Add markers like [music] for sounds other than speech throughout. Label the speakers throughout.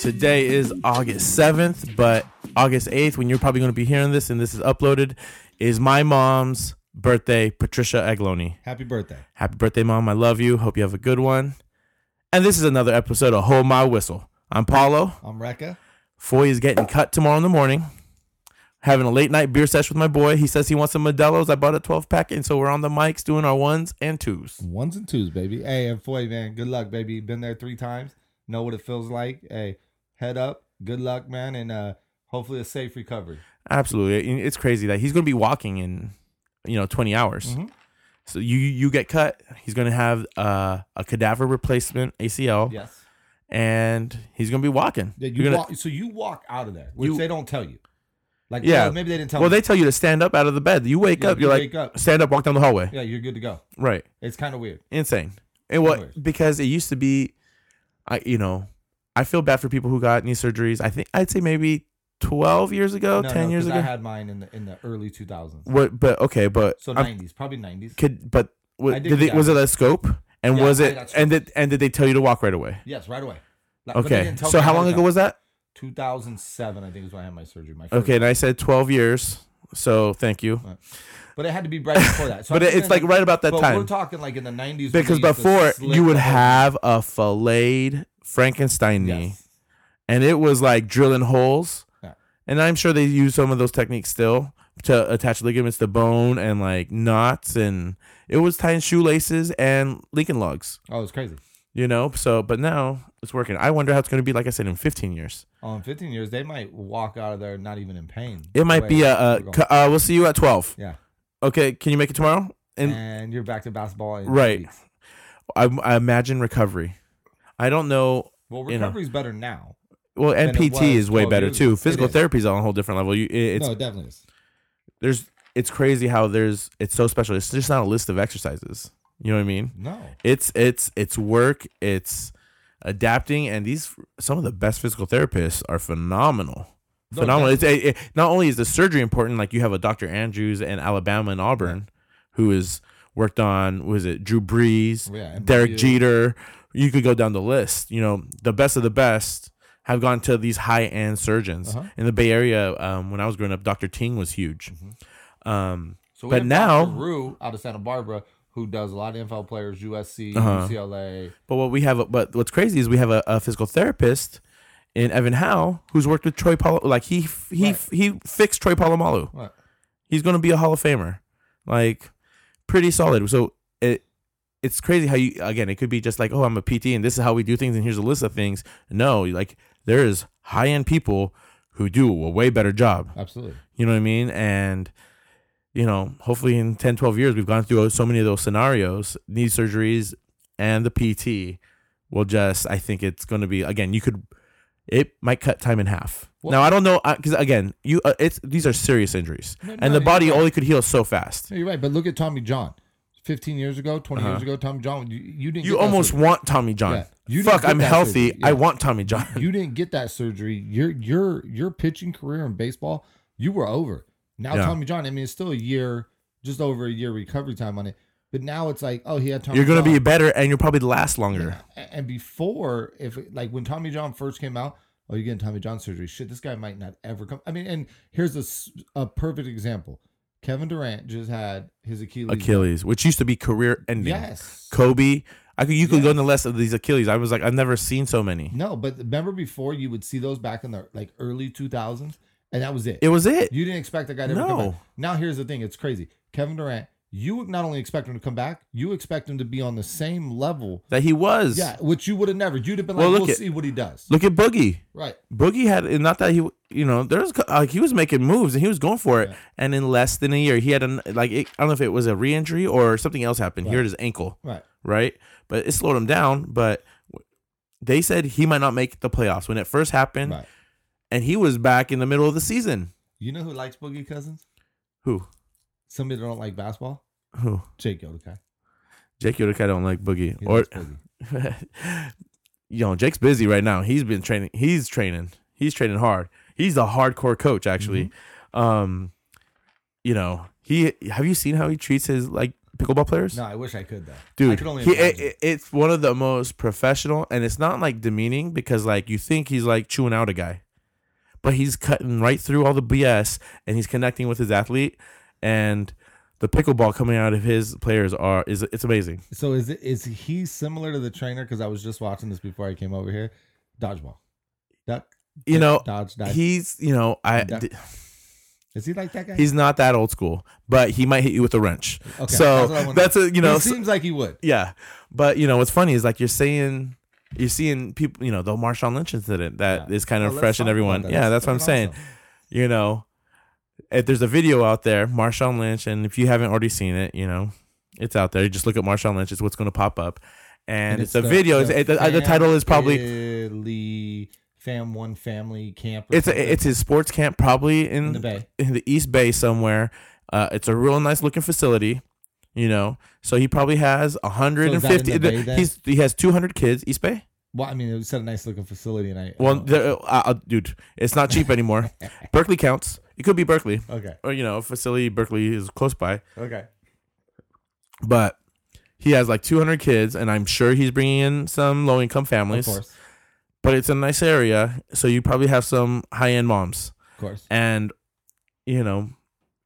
Speaker 1: Today is August 7th, but August 8th, when you're probably going to be hearing this and this is uploaded, is my mom's birthday, Patricia Agloni.
Speaker 2: Happy birthday.
Speaker 1: Happy birthday, mom. I love you. Hope you have a good one. And this is another episode of Hold My Whistle. I'm Paulo.
Speaker 2: I'm Rekka.
Speaker 1: Foy is getting cut tomorrow in the morning. Having a late night beer sesh with my boy. He says he wants some Modelo's. I bought a 12 pack, and so we're on the mics doing our ones and twos.
Speaker 2: Ones and twos, baby. Hey, and Foy, man, good luck, baby. Been there three times. Know what it feels like. Hey, head up. Good luck, man, and uh hopefully a safe recovery.
Speaker 1: Absolutely, And it's crazy that he's going to be walking in, you know, 20 hours.
Speaker 2: Mhm.
Speaker 1: So you you get cut. He's going to have uh, a cadaver replacement ACL,
Speaker 2: Yes.
Speaker 1: and he's going to be walking.
Speaker 2: Yeah, you
Speaker 1: You're gonna-
Speaker 2: walk, so you walk out of there, which
Speaker 1: You-
Speaker 2: they don't tell you. Like,
Speaker 1: Yeah.
Speaker 2: yeah, maybe they didn't tell
Speaker 1: well,
Speaker 2: me.
Speaker 1: they tell you to stand up out of the bed. You wake
Speaker 2: Yeah,
Speaker 1: up.
Speaker 2: you
Speaker 1: You're
Speaker 2: wake
Speaker 1: like
Speaker 2: up.
Speaker 1: stand up, walk down the hallway.
Speaker 2: yeah, you're good to go.
Speaker 1: Right.
Speaker 2: It's kind of weird.
Speaker 1: insane. And what
Speaker 2: Anyways.
Speaker 1: because it used to be, I you know, I feel bad for people who got knee surgeries. I think I'd say maybe twelve years ago,
Speaker 2: No,
Speaker 1: Oh, ten
Speaker 2: no,
Speaker 1: years
Speaker 2: 'cause
Speaker 1: ago.
Speaker 2: I had mine in the in the early 2000s.
Speaker 1: what? But okay, but
Speaker 2: So
Speaker 1: I'm-
Speaker 2: 90s, probably 90s.
Speaker 1: could but what,
Speaker 2: I
Speaker 1: did
Speaker 2: did
Speaker 1: they,
Speaker 2: get
Speaker 1: was it a scope? And
Speaker 2: Yeah,
Speaker 1: was
Speaker 2: I
Speaker 1: it
Speaker 2: got
Speaker 1: and did and did they tell you to walk right away?
Speaker 2: Yes, right away. Like, but they
Speaker 1: Okay,
Speaker 2: didn't tell
Speaker 1: so
Speaker 2: me
Speaker 1: how
Speaker 2: ahead
Speaker 1: long
Speaker 2: of
Speaker 1: ago
Speaker 2: time.
Speaker 1: was that?
Speaker 2: 2007, I think, is when I had my surgery. My first
Speaker 1: Okay, and I said twelve years. So thank you.
Speaker 2: But it had to be right before that. So
Speaker 1: But
Speaker 2: I'm
Speaker 1: it- it's
Speaker 2: saying,
Speaker 1: like right about that
Speaker 2: but We're
Speaker 1: time
Speaker 2: talking like in the nineties
Speaker 1: because before you would have a filleted Frankenstein knee. and it was like drilling holes.
Speaker 2: Yeah.
Speaker 1: And I'm sure they use some of those techniques still to attach ligaments to bone and like knots, and it was tying shoelaces and leaking logs.
Speaker 2: Oh, it's crazy.
Speaker 1: You know, so but now it's working. I wonder how it's going to be. Like I said, in 15 years,
Speaker 2: Oh, in fifteen years, they might walk out of there not even in pain.
Speaker 1: it might
Speaker 2: Wait,
Speaker 1: be a. a
Speaker 2: we're going-
Speaker 1: cu- uh, we'll see you at 12.
Speaker 2: yeah,
Speaker 1: Okay, can you make it tomorrow?
Speaker 2: and,
Speaker 1: And
Speaker 2: you're back to basketball. In two
Speaker 1: Right.
Speaker 2: weeks.
Speaker 1: I, I imagine recovery. I don't know.
Speaker 2: Well,
Speaker 1: You know.
Speaker 2: recovery's better now.
Speaker 1: Well,
Speaker 2: Than it
Speaker 1: NPT
Speaker 2: was
Speaker 1: is way
Speaker 2: 12
Speaker 1: better
Speaker 2: years
Speaker 1: too.
Speaker 2: ago.
Speaker 1: Physical
Speaker 2: It is.
Speaker 1: therapy is on a whole different level. You, it, it's
Speaker 2: no, it definitely is.
Speaker 1: there's it's crazy how there's it's so special. It's just not a list of exercises. You know what I mean?
Speaker 2: No,
Speaker 1: It's it's it's work, it's adapting and these some of the best physical therapists are phenomenal.
Speaker 2: No,
Speaker 1: phenomenal. It's it, it, not only is the surgery important like you have a Dr. Andrews in Alabama and Auburn who has worked on was it Drew Brees,
Speaker 2: Yeah, and
Speaker 1: Derek
Speaker 2: Brees.
Speaker 1: Jeter, you could go down the list. You know, the best of the best have gone to these high-end surgeons.
Speaker 2: Uh-huh.
Speaker 1: In the Bay Area um, when I was growing up, Dr. Ting was huge.
Speaker 2: Mm-hmm.
Speaker 1: Um
Speaker 2: so we
Speaker 1: but
Speaker 2: have
Speaker 1: now-
Speaker 2: Dr. Rue out of Santa Barbara, who does a lot of NFL players, USC,
Speaker 1: Uh-huh.
Speaker 2: UCLA.
Speaker 1: But what we have, but what's crazy is we have a, a physical therapist in Evan Howe who's worked with Troy Palo. Like he he
Speaker 2: Right.
Speaker 1: he fixed Troy Polamalu.
Speaker 2: What?
Speaker 1: He's going to be a Hall of Famer. Like pretty solid. So it it's crazy how you again. It could be just like oh I'm a PT and this is how we do things and here's a list of things. No, like there is high end people who do a way better job.
Speaker 2: Absolutely.
Speaker 1: You know what I mean? And, you know, hopefully in 10, 12 years, we've gone through so many of those scenarios, knee surgeries and the PT will just, I think it's going to be, again, you could, it might cut time in half.
Speaker 2: Well-
Speaker 1: now, I don't know, because again, you, uh, it's, these are serious injuries
Speaker 2: No,
Speaker 1: and
Speaker 2: no,
Speaker 1: the body
Speaker 2: you're right.
Speaker 1: only could heal so fast.
Speaker 2: No, you're right. But look at Tommy John. Fifteen years ago, 20 years
Speaker 1: Uh-huh.
Speaker 2: ago, Tommy John, you, you didn't.
Speaker 1: You
Speaker 2: get that
Speaker 1: almost
Speaker 2: surgery.
Speaker 1: want Tommy John.
Speaker 2: Yeah. You didn't
Speaker 1: Fuck,
Speaker 2: get
Speaker 1: I'm
Speaker 2: that
Speaker 1: healthy.
Speaker 2: surgery. Yeah.
Speaker 1: I want Tommy John.
Speaker 2: you didn't get that surgery. Your your your pitching career in baseball, you were over. Now
Speaker 1: Yeah.
Speaker 2: Tommy John, I mean, it's still a year, just over a year recovery time on it. But now it's like, oh, he had Tommy.
Speaker 1: You're going to be
Speaker 2: John.
Speaker 1: better and you'll probably last longer.
Speaker 2: A- And before, if like when Tommy John first came out, oh, you're getting Tommy John surgery. Shit, this guy might not ever come. I mean, and here's a s- a perfect example. Kevin Durant just had his Achilles.
Speaker 1: Achilles, which used to be career ending.
Speaker 2: Yes.
Speaker 1: Kobe. I could you could go
Speaker 2: Yes.
Speaker 1: in the list of these Achilles. I was like, I've never seen so many.
Speaker 2: No, but remember before you would see those back in the like early 2000s, and that was it.
Speaker 1: It was it.
Speaker 2: You didn't expect that guy to ever come
Speaker 1: No.
Speaker 2: back. Now here's the thing, it's crazy. Kevin Durant, you not only expect him to come back, you expect him to be on the same level.
Speaker 1: That he was.
Speaker 2: Yeah, which you would have never. You'd have been
Speaker 1: Well,
Speaker 2: like,
Speaker 1: look
Speaker 2: we'll
Speaker 1: at-
Speaker 2: see what he does.
Speaker 1: Look at Boogie.
Speaker 2: right.
Speaker 1: Boogie had and not that he you know there's like he was making moves and he was going for it
Speaker 2: Yeah.
Speaker 1: and in less than a year he had an like it, I don't know if it was a re-injury or something else happened he
Speaker 2: Right.
Speaker 1: hurt his ankle
Speaker 2: Right.
Speaker 1: right but it slowed him down but they said he might not make the playoffs when it first happened
Speaker 2: Right.
Speaker 1: and he was back in the middle of the season
Speaker 2: You know who likes Boogie Cousins?
Speaker 1: who
Speaker 2: Somebody that don't like basketball?
Speaker 1: who
Speaker 2: Jake Yodekai.
Speaker 1: Jake Yodoka don't like Boogie
Speaker 2: He
Speaker 1: or
Speaker 2: likes Boogie.
Speaker 1: [laughs] you know, Jake's busy right now. He's been training. He's training. He's training hard. He's a hardcore coach,
Speaker 2: Mm-hmm.
Speaker 1: actually. Um, you know, he have you seen how he treats his like pickleball players?
Speaker 2: No, I wish I could though. I
Speaker 1: Dude,
Speaker 2: could only
Speaker 1: he, eh, it,
Speaker 2: imagine.
Speaker 1: it- it's one of the most professional, and it's not like demeaning because like you think he's like chewing out a guy, but he's cutting right through all the BS and he's connecting with his athlete, and the pickleball coming out of his players are is it's amazing.
Speaker 2: so is it is he similar to the trainer? Because I was just watching this before I came over here. Dodgeball. Duck.
Speaker 1: You
Speaker 2: duck,
Speaker 1: know,
Speaker 2: dodge, dodge.
Speaker 1: he's you know I
Speaker 2: Duck.
Speaker 1: d-
Speaker 2: is he like that guy?
Speaker 1: he's not that old school, but he might hit you with a wrench.
Speaker 2: okay,
Speaker 1: so
Speaker 2: what I wanna-
Speaker 1: that's a you know
Speaker 2: He
Speaker 1: so-
Speaker 2: seems like he would.
Speaker 1: Yeah, but you know what's funny is like you're saying you're seeing people. You know the Marshawn Lynch incident that is
Speaker 2: Yeah.
Speaker 1: kind
Speaker 2: Oh,
Speaker 1: of
Speaker 2: let's
Speaker 1: fresh
Speaker 2: talk
Speaker 1: in
Speaker 2: about
Speaker 1: everyone.
Speaker 2: that.
Speaker 1: Yeah, that's
Speaker 2: That's
Speaker 1: what I'm saying.
Speaker 2: fucking
Speaker 1: You know, if there's a video out there, Marshawn Lynch, and if you haven't already seen it, you know, it's out there. You just look at Marshawn Lynch; it's what's going to pop up, and, it's, a
Speaker 2: the-
Speaker 1: video. The, the, the title is probably
Speaker 2: Family- Fam One Family Camp. or
Speaker 1: it's
Speaker 2: something
Speaker 1: a, it's his sports camp, probably in,
Speaker 2: in the Bay.
Speaker 1: in the East Bay somewhere. Uh, it's a real nice looking facility, you know. So he probably has
Speaker 2: is that in
Speaker 1: 150.
Speaker 2: the Bay then?
Speaker 1: he's he has 200 kids. East Bay.
Speaker 2: Well, I mean, it was a nice looking facility, and I. I
Speaker 1: Well,
Speaker 2: don't-
Speaker 1: there, uh, uh, dude, it's not cheap
Speaker 2: [laughs]
Speaker 1: anymore. Berkeley counts. It could be Berkeley,
Speaker 2: okay,
Speaker 1: or you know, facility Berkeley is close by.
Speaker 2: okay.
Speaker 1: But he has like 200 kids, and I'm sure he's bringing in some low income
Speaker 2: Of
Speaker 1: families.
Speaker 2: course,
Speaker 1: But it's a nice area, so you probably have some high end moms.
Speaker 2: of course.
Speaker 1: And you know,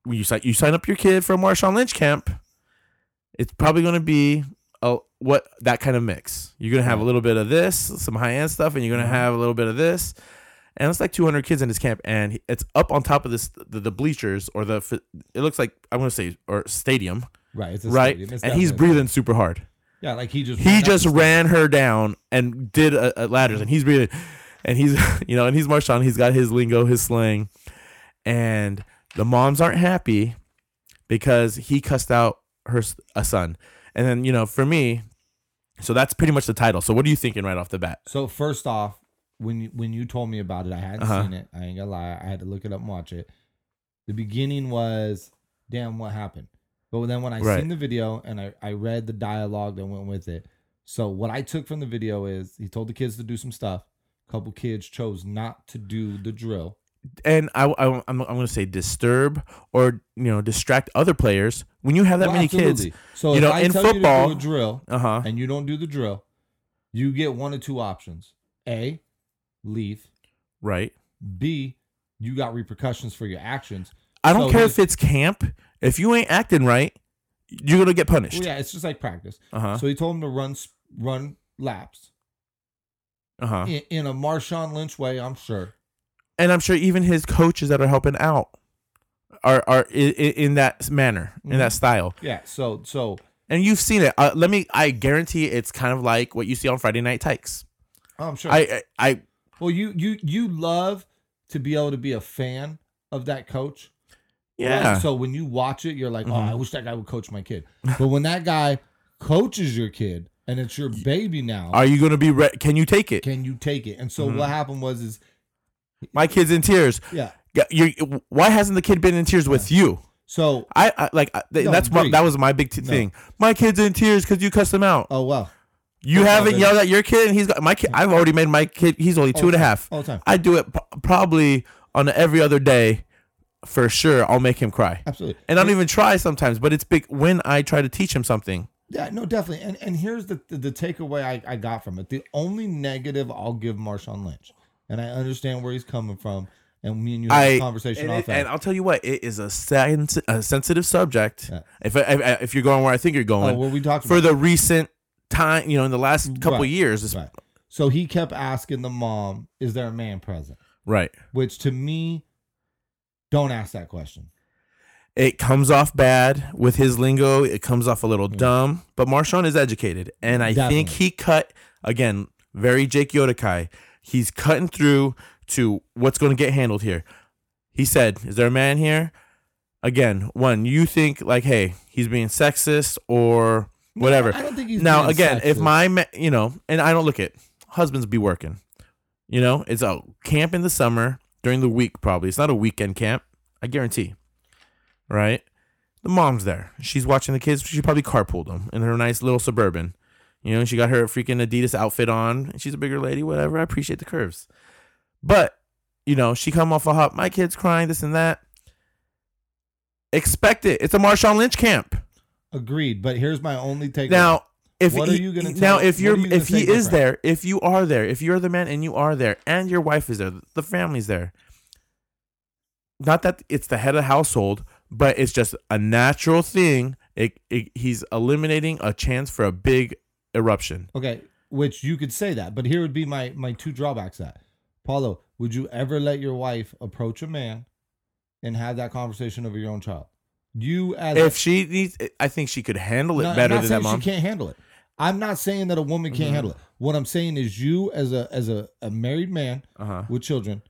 Speaker 1: when you sign you sign up your kid for a Marshawn Lynch camp, it's probably going to be a, what that kind of mix. You're going to have a little bit of this, some high end stuff, and you're going to
Speaker 2: Mhm.
Speaker 1: have a little bit of this. And it's like 200 kids in this camp, and he- it's up on top of this the, the bleachers or the fi- it looks like I want to say or stadium,
Speaker 2: Right, it's a
Speaker 1: right?
Speaker 2: stadium. It's
Speaker 1: and he's
Speaker 2: definitely-
Speaker 1: breathing super hard.
Speaker 2: Yeah, like he just
Speaker 1: He
Speaker 2: ran up
Speaker 1: just
Speaker 2: the
Speaker 1: ran her down and did uh uh ladders, and he's breathing, and he's [laughs] you know, and he's Marshawn. He's got his lingo, his slang, and the moms aren't happy because he cussed out her s- a son, and then you know, for me, so that's pretty much the title. So what are you thinking right off the bat?
Speaker 2: So first off, when you, when you told me about it, I hadn't
Speaker 1: Uh-huh.
Speaker 2: seen it. I ain't gonna lie, I had to look it up and watch it. The beginning was, damn, what happened? But then when I
Speaker 1: Right.
Speaker 2: seen the video and I, I read the dialogue that went with it, so what I took from the video is he told the kids to do some stuff. couple kids chose not to do the drill.
Speaker 1: And I, I am I'm gonna say disturb or you know distract other players when you have that
Speaker 2: Well,
Speaker 1: many kids.
Speaker 2: absolutely. So
Speaker 1: You
Speaker 2: if
Speaker 1: know,
Speaker 2: I
Speaker 1: in
Speaker 2: tell
Speaker 1: football-
Speaker 2: you to do a drill
Speaker 1: Uh huh.
Speaker 2: and you don't do the drill, you get one of two options: a, leave;
Speaker 1: Right.
Speaker 2: b, you got repercussions for your actions.
Speaker 1: I don't
Speaker 2: So
Speaker 1: care
Speaker 2: he-
Speaker 1: if it's camp. If you ain't acting right, you're gonna get punished.
Speaker 2: Well, Oh, yeah, it's just like practice.
Speaker 1: Uh huh.
Speaker 2: So he told him to run s- run laps
Speaker 1: Uh huh.
Speaker 2: in, in a Marshawn Lynch way. I'm sure.
Speaker 1: and I'm sure even his coaches that are helping out are are in, in that manner,
Speaker 2: Mm-hmm.
Speaker 1: in that style.
Speaker 2: Yeah. So so
Speaker 1: And you've seen it. Uh, let me. I guarantee it's kind of like what you see on Friday Night Tykes.
Speaker 2: I'm sure.
Speaker 1: I I, I
Speaker 2: well, you you you love to be able to be a fan of that coach.
Speaker 1: yeah.
Speaker 2: Right? So when you watch it, you're like,
Speaker 1: Mhm.
Speaker 2: oh, I wish that guy would coach my kid. But when that guy coaches your kid and it's your baby now,
Speaker 1: Are you gonna be? Re- can you take it?
Speaker 2: can you take it? And so
Speaker 1: Mhm.
Speaker 2: what happened was is
Speaker 1: My kid's in tears.
Speaker 2: yeah.
Speaker 1: Yeah, You. Why hasn't the kid been in tears with you?
Speaker 2: So
Speaker 1: I, I like I, th-
Speaker 2: No,
Speaker 1: that's my,
Speaker 2: agree.
Speaker 1: that was my big t-
Speaker 2: No.
Speaker 1: thing. My kid's in tears because you cussed him out.
Speaker 2: oh well,
Speaker 1: you
Speaker 2: that's all
Speaker 1: haven't
Speaker 2: good.
Speaker 1: yelled at your kid, and he's got my kid. I've already made my kid. He's only two and a half.
Speaker 2: all the time.
Speaker 1: I do it p- probably on a every other day for sure. I'll make him cry.
Speaker 2: Absolutely.
Speaker 1: And I don't even try sometimes, but it's big when I try to teach him something.
Speaker 2: Yeah, no, definitely. And and here's the the, the takeaway I, I got from it. The only negative I'll give Marshawn Lynch, and I understand where he's coming from, and me and you had
Speaker 1: I-
Speaker 2: a conversation
Speaker 1: And,
Speaker 2: off
Speaker 1: it- and
Speaker 2: that.
Speaker 1: I'll tell you what, it is a, sen- a sensitive subject.
Speaker 2: Yeah.
Speaker 1: If, I, if if you're going where I think you're
Speaker 2: Oh,
Speaker 1: going
Speaker 2: what we talked
Speaker 1: for
Speaker 2: about.
Speaker 1: the recent time, you know, in the last couple
Speaker 2: Right.
Speaker 1: years, it's, right.
Speaker 2: Right. So he kept asking the mom, "Is there a man present?" Which to me, don't ask that question.
Speaker 1: it comes off bad with his lingo. It comes off a little dumb, but Marshawn is educated, and I think
Speaker 2: Definitely.
Speaker 1: he cut again very Jake Yodakai. He's cutting through to what's going to get handled here. He said, "Is there a man here?" Again, one you think like, "Hey, he's being sexist or whatever."
Speaker 2: I don't think he's
Speaker 1: now
Speaker 2: being
Speaker 1: again if
Speaker 2: sexist.
Speaker 1: my ma- you know and i don't look at husbands be working you know it's a camp in the summer during the week probably it's not a weekend camp i guarantee right the mom's there she's watching the kids she probably carpooled them in her nice little suburban you know she got her freaking adidas outfit on she's a bigger lady whatever i appreciate the curves but you know she come off a hop my kids crying this and that expect it it's a marshawn lynch camp
Speaker 2: Agreed. But here's my only take.
Speaker 1: Now, if
Speaker 2: What are
Speaker 1: he-
Speaker 2: you gonna
Speaker 1: now
Speaker 2: tell-
Speaker 1: if
Speaker 2: what are
Speaker 1: you're
Speaker 2: you gonna
Speaker 1: if he
Speaker 2: say
Speaker 1: is
Speaker 2: different?
Speaker 1: there, if you are there, if you're the man and you are there, and your wife is there, the family's there. Not that it's the head of household, but it's just a natural thing. It, it, he's eliminating a chance for a big eruption.
Speaker 2: Okay, which you could say that, but here would be my my two drawbacks. to That Paulo, would you ever let your wife approach a man and have that conversation over your own child? You as
Speaker 1: If she needs, I think she could handle it
Speaker 2: No, I'm
Speaker 1: better
Speaker 2: not
Speaker 1: than that
Speaker 2: saying
Speaker 1: mom.
Speaker 2: She can't handle it. I'm not saying that a woman can't
Speaker 1: Mhm.
Speaker 2: handle it. What I'm saying is, you as a as a, a married man
Speaker 1: Uh huh.
Speaker 2: with children,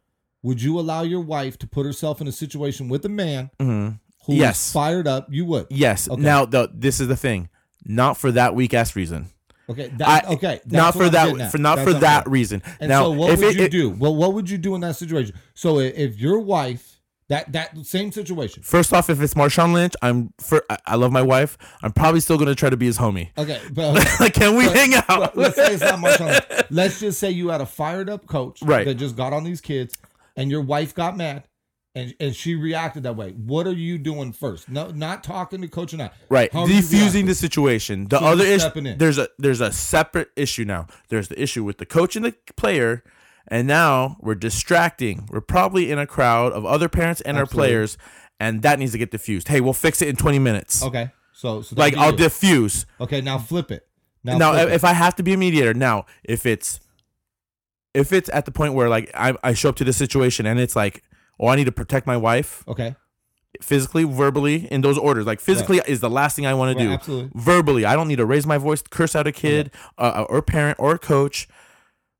Speaker 2: would you allow your wife to put herself in a situation with a man
Speaker 1: hmm
Speaker 2: who is
Speaker 1: Yes.
Speaker 2: fired up? You would.
Speaker 1: Yes.
Speaker 2: Mm-hmm. Okay.
Speaker 1: Now, the, this is the thing. Not for that weak ass reason.
Speaker 2: Okay. That,
Speaker 1: I-
Speaker 2: okay.
Speaker 1: not
Speaker 2: that's what
Speaker 1: for
Speaker 2: I'm getting
Speaker 1: that.
Speaker 2: at.
Speaker 1: For not
Speaker 2: That's
Speaker 1: for
Speaker 2: what I'm
Speaker 1: that
Speaker 2: getting at.
Speaker 1: reason.
Speaker 2: And
Speaker 1: now,
Speaker 2: so, what
Speaker 1: if
Speaker 2: would
Speaker 1: it,
Speaker 2: you
Speaker 1: it-
Speaker 2: do? Well, what would you do in that situation? So, i- if your wife that that same situation.
Speaker 1: First off, if it's Marshawn Lynch, I'm for. I, I love my wife. I'm probably still gonna try to be his homie. [laughs]
Speaker 2: Okay, but
Speaker 1: like, can we hang
Speaker 2: [laughs]
Speaker 1: out?
Speaker 2: let's say it's not Marshawn. Let's just say you had a fired up coach
Speaker 1: Right.
Speaker 2: that just got on these kids, and your wife got mad, and and she reacted that way. What are you doing first? No, not talking to coach or not.
Speaker 1: right,
Speaker 2: How are you
Speaker 1: defusing
Speaker 2: reacting?
Speaker 1: the situation. The
Speaker 2: So
Speaker 1: other
Speaker 2: you're
Speaker 1: issue,
Speaker 2: stepping in.
Speaker 1: there's a there's a separate issue now. There's the issue with the coach and the player, and now we're distracting. We're probably in a crowd of other parents and our
Speaker 2: Absolutely.
Speaker 1: players, and that needs to get diffused. Hey, we'll fix it in 20 minutes.
Speaker 2: Okay, so so that'd
Speaker 1: like
Speaker 2: be
Speaker 1: I'll
Speaker 2: you.
Speaker 1: diffuse.
Speaker 2: Okay, now flip it. Now,
Speaker 1: now
Speaker 2: flip it.
Speaker 1: if i have to be a mediator now if it's if it's at the point where like I, I show up to this situation and it's like oh i need to protect my wife
Speaker 2: okay,
Speaker 1: physically verbally in those orders like physically is the last thing i want
Speaker 2: right,
Speaker 1: to do
Speaker 2: absolutely.
Speaker 1: verbally i don't need to raise my voice curse out a kid uh, or parent or coach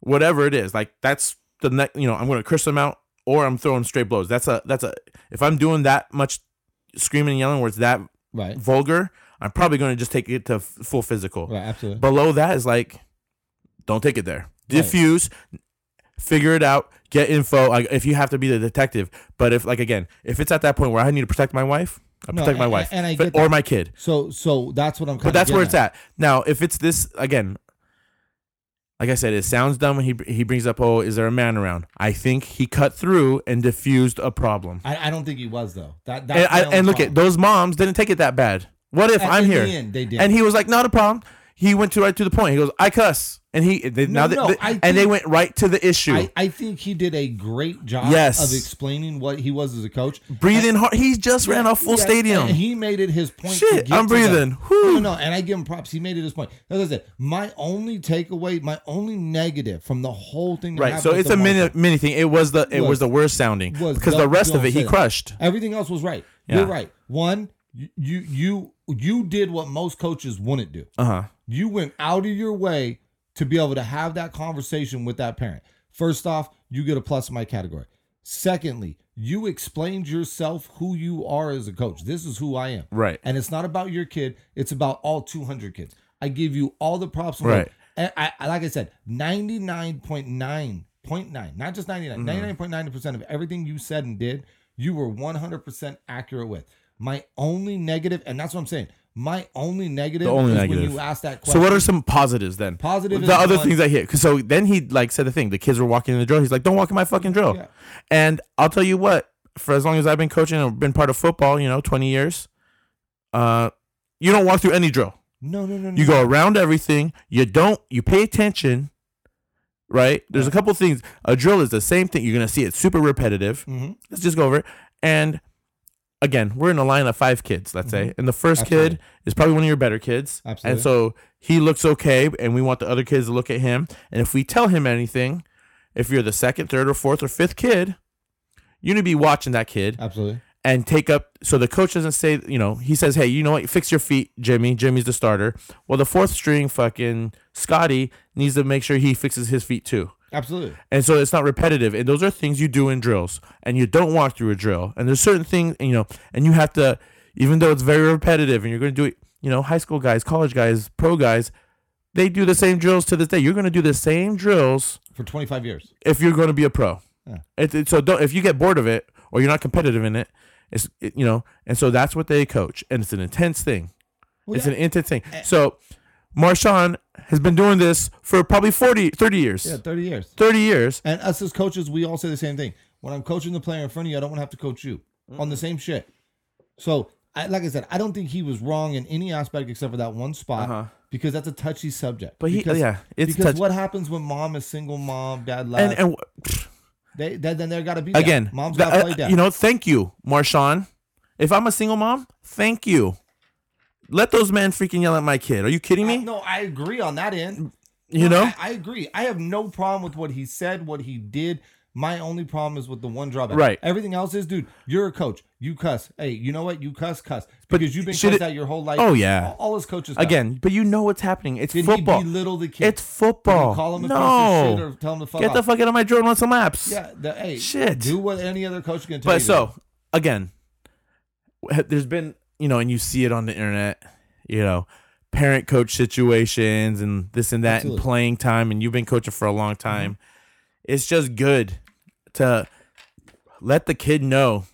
Speaker 1: whatever it is like that's the next you know i'm gonna curse them out or i'm throwing straight blows that's a that's a if i'm doing that much screaming and yelling where it's that
Speaker 2: Right,
Speaker 1: vulgar i'm probably gonna just take it to f- full physical
Speaker 2: right, absolutely.
Speaker 1: below that is like don't take it there diffuse figure it out get info like, if you have to be the detective but if like again if it's at that point where i need to protect my wife i
Speaker 2: No,
Speaker 1: protect my
Speaker 2: and-
Speaker 1: wife
Speaker 2: and I
Speaker 1: But-
Speaker 2: get
Speaker 1: or my kid
Speaker 2: So so that's what I'm. Kinda
Speaker 1: but that's where
Speaker 2: getting
Speaker 1: it's at now if it's this again like i said it sounds dumb when he, he brings up oh is there a man around i think he cut through and diffused a problem
Speaker 2: I, I don't think he was though. That that's
Speaker 1: and,
Speaker 2: my
Speaker 1: I,
Speaker 2: only
Speaker 1: and look at
Speaker 2: problem.
Speaker 1: those moms didn't take it that bad what if
Speaker 2: And
Speaker 1: i'm
Speaker 2: in
Speaker 1: here
Speaker 2: The end, they did.
Speaker 1: and he was like, "Not a problem." He went to right to the point. He goes, "I cuss," and he they,
Speaker 2: No,
Speaker 1: now they,
Speaker 2: no,
Speaker 1: they-
Speaker 2: I
Speaker 1: and they
Speaker 2: think-
Speaker 1: went right to the issue.
Speaker 2: I, I think he did a great job
Speaker 1: Yes.
Speaker 2: of explaining what he was as a coach.
Speaker 1: breathing hard. He just ran a full
Speaker 2: Yeah,
Speaker 1: stadium.
Speaker 2: and he made it his point. to
Speaker 1: Shit,
Speaker 2: get
Speaker 1: I'm
Speaker 2: to that.
Speaker 1: breathing.
Speaker 2: No,
Speaker 1: Whew.
Speaker 2: no, no, and I give him props. He made it his point. As I said, my only takeaway, my only negative from the whole thing. That
Speaker 1: right.
Speaker 2: happened
Speaker 1: So
Speaker 2: with
Speaker 1: it's
Speaker 2: the
Speaker 1: a mini
Speaker 2: Marshall
Speaker 1: mini thing. It was the it was,
Speaker 2: Was-
Speaker 1: the worst sounding
Speaker 2: was
Speaker 1: because the
Speaker 2: don't-
Speaker 1: rest of
Speaker 2: don't
Speaker 1: it he
Speaker 2: say that.
Speaker 1: crushed.
Speaker 2: Everything else was right.
Speaker 1: Yeah.
Speaker 2: You're right. One, you you you did what most coaches wouldn't do.
Speaker 1: Uh huh.
Speaker 2: you went out of your way to be able to have that conversation with that parent. First off, you get a plus in my category. Secondly, you explained yourself who you are as a coach. This is who I am.
Speaker 1: Right.
Speaker 2: And it's not about your kid, it's about all 200 kids. I give you all the props. in the world.
Speaker 1: Right.
Speaker 2: And I, I, like I said, 99.9, 0.9, not just 99,
Speaker 1: Mm-hmm.
Speaker 2: 99.9% of everything you said and did, you were 100% accurate with. My only negative, and that's what I'm saying, my only negative
Speaker 1: The only
Speaker 2: is
Speaker 1: negative.
Speaker 2: when you ask that
Speaker 1: So
Speaker 2: question.
Speaker 1: what are some positives then?
Speaker 2: Positive is
Speaker 1: The other
Speaker 2: one-
Speaker 1: things I hear. 'Cause So then he like said the thing. The kids were walking in the drill. He's like, "Don't walk in my fucking drill."
Speaker 2: Yeah.
Speaker 1: And I'll tell you what. For as long as I've been coaching and been part of football, you know, twenty years, uh, you don't walk through any drill.
Speaker 2: No, no, no, no.
Speaker 1: You go around everything. You don't. You pay attention. Right. There's a couple things. A drill is the same thing. You're gonna see it super repetitive.
Speaker 2: Mhm.
Speaker 1: Let's just go over it. And again, we're in a line of five kids. Let's say, and the first kid
Speaker 2: Mm-hmm. Absolutely.
Speaker 1: is probably one of your better kids. And
Speaker 2: Absolutely.
Speaker 1: so he looks okay, and we want the other kids to look at him. And if we tell him anything, if you're the second, third, or fourth, or fifth kid, you're gonna be watching that kid
Speaker 2: Absolutely.
Speaker 1: and take up. So the coach doesn't say, you know, he says, hey, you know what? Fix your feet, Jimmy. Jimmy's the starter. Well, the fourth string, fucking Scotty, needs to make sure he fixes his feet too.
Speaker 2: Absolutely.
Speaker 1: And so it's not repetitive. And those are things you do in drills. And you don't walk through a drill. And there's certain things, and, you know, and you have to, even though it's very repetitive and you're going to do it, you know, high school guys, college guys, pro guys, they do the same drills to this day. You're going to do the same drills
Speaker 2: For 25 years.
Speaker 1: if you're going to be a pro.
Speaker 2: Yeah.
Speaker 1: It, it- so don't, if you get bored of it or you're not competitive in it, it's it, you know, and so that's what they coach, and it's an intense thing.
Speaker 2: Well,
Speaker 1: it's
Speaker 2: yeah. Eh.
Speaker 1: an intense thing. So Marshawn has been doing this for probably 40, 30 years.
Speaker 2: Yeah, 30 years.
Speaker 1: 30 years.
Speaker 2: And us as coaches, we all say the same thing. When I'm coaching the player in front of you, I don't want to have to coach you on the same shit. So I, like I said, I don't think he was wrong in any aspect except for that one spot
Speaker 1: Uh-huh.
Speaker 2: because that's a touchy subject.
Speaker 1: But he,
Speaker 2: because,
Speaker 1: yeah, it's
Speaker 2: because
Speaker 1: touch.
Speaker 2: what happens when mom is single mom, dad left?
Speaker 1: and and pfft,
Speaker 2: they, then then there got to be that.
Speaker 1: again,
Speaker 2: Uh, Mom's
Speaker 1: the-
Speaker 2: got to play
Speaker 1: uh,
Speaker 2: dad.
Speaker 1: you know, thank you, Marshawn. If I'm a single mom, thank you. Let those men freaking yell at my kid. Are you kidding
Speaker 2: I-
Speaker 1: me?
Speaker 2: no, I agree on that end.
Speaker 1: you
Speaker 2: No,
Speaker 1: know,
Speaker 2: I, I agree. I have no problem with what he said, what he did. My only problem is with the one drawback.
Speaker 1: Right.
Speaker 2: Everything else is, dude. You're a coach. You cuss. Hey, you know what? You cuss, cuss.
Speaker 1: But
Speaker 2: Because you've been
Speaker 1: should
Speaker 2: cussed
Speaker 1: it-
Speaker 2: out your whole life.
Speaker 1: Oh, yeah.
Speaker 2: All, all his coaches. cuss.
Speaker 1: again, but you know what's happening. It's
Speaker 2: Did
Speaker 1: football.
Speaker 2: he belittle the kid?
Speaker 1: It's
Speaker 2: Did he
Speaker 1: football.
Speaker 2: Call him a
Speaker 1: no,
Speaker 2: piece of shit or tell him to fuck
Speaker 1: get
Speaker 2: off.
Speaker 1: the fuck out of my drone. Want some laps?
Speaker 2: Yeah, the, hey,
Speaker 1: Shit.
Speaker 2: Do what any other coach can tell you.
Speaker 1: But
Speaker 2: to
Speaker 1: so again, wh- there's been you know, and you see it on the internet, you know, parent coach situations and this and that,
Speaker 2: Absolutely. Mm-hmm.
Speaker 1: and playing time, and you've been coaching for a long time. It's just good to let the kid know,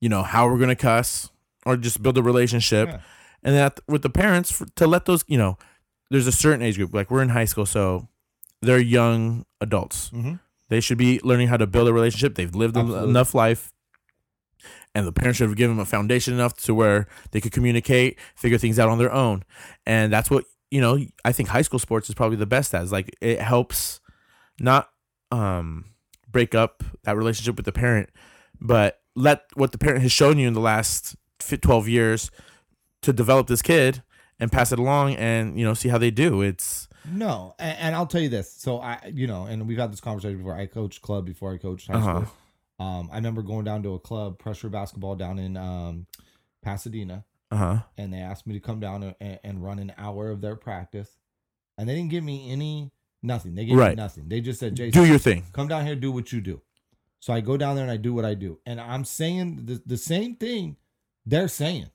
Speaker 1: you know, how we're gonna cuss or just build a relationship,
Speaker 2: Yeah.
Speaker 1: and that with the parents for, to let those you know, there's a certain age group like we're in high school, so they're young adults.
Speaker 2: do. Mhm.
Speaker 1: They should be learning how to build a relationship. They've lived en-
Speaker 2: Absolutely.
Speaker 1: enough life, and the parents should have given them a foundation enough to where they could communicate, figure things out on their own. And that's what you know. I think high school sports is probably the best as like it helps not um, break up that relationship with the parent, but let what the parent has shown you in the last fi- twelve years to develop this kid and pass it along, and you know see how they do. It's
Speaker 2: No, and, and I'll tell you this. So I, you know, and we've had this conversation before. I coached club before I coached high
Speaker 1: Uh-huh.
Speaker 2: school. Um, I remember going down to a club pressure basketball down in um, Pasadena,
Speaker 1: uh huh.
Speaker 2: and they asked me to come down and, and run an hour of their practice, and they didn't give me any nothing. They gave me
Speaker 1: Right.
Speaker 2: nothing. They just said, "Jason,
Speaker 1: Do your thing.
Speaker 2: come down here, do what you do." So I go down there and I do what I do, and I'm saying the, the same thing they're saying.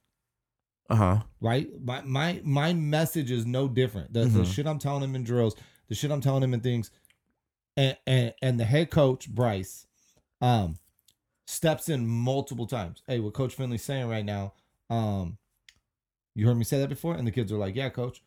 Speaker 1: Uh huh.
Speaker 2: right? My my my message is no different. The, the
Speaker 1: Mhm.
Speaker 2: shit I'm telling him in drills, the shit I'm telling him in things, and and and the head coach Bryce, um, steps in multiple times. Hey, what Coach Finley's saying right now, um, you heard me say that before, and the kids are like, yeah, Coach.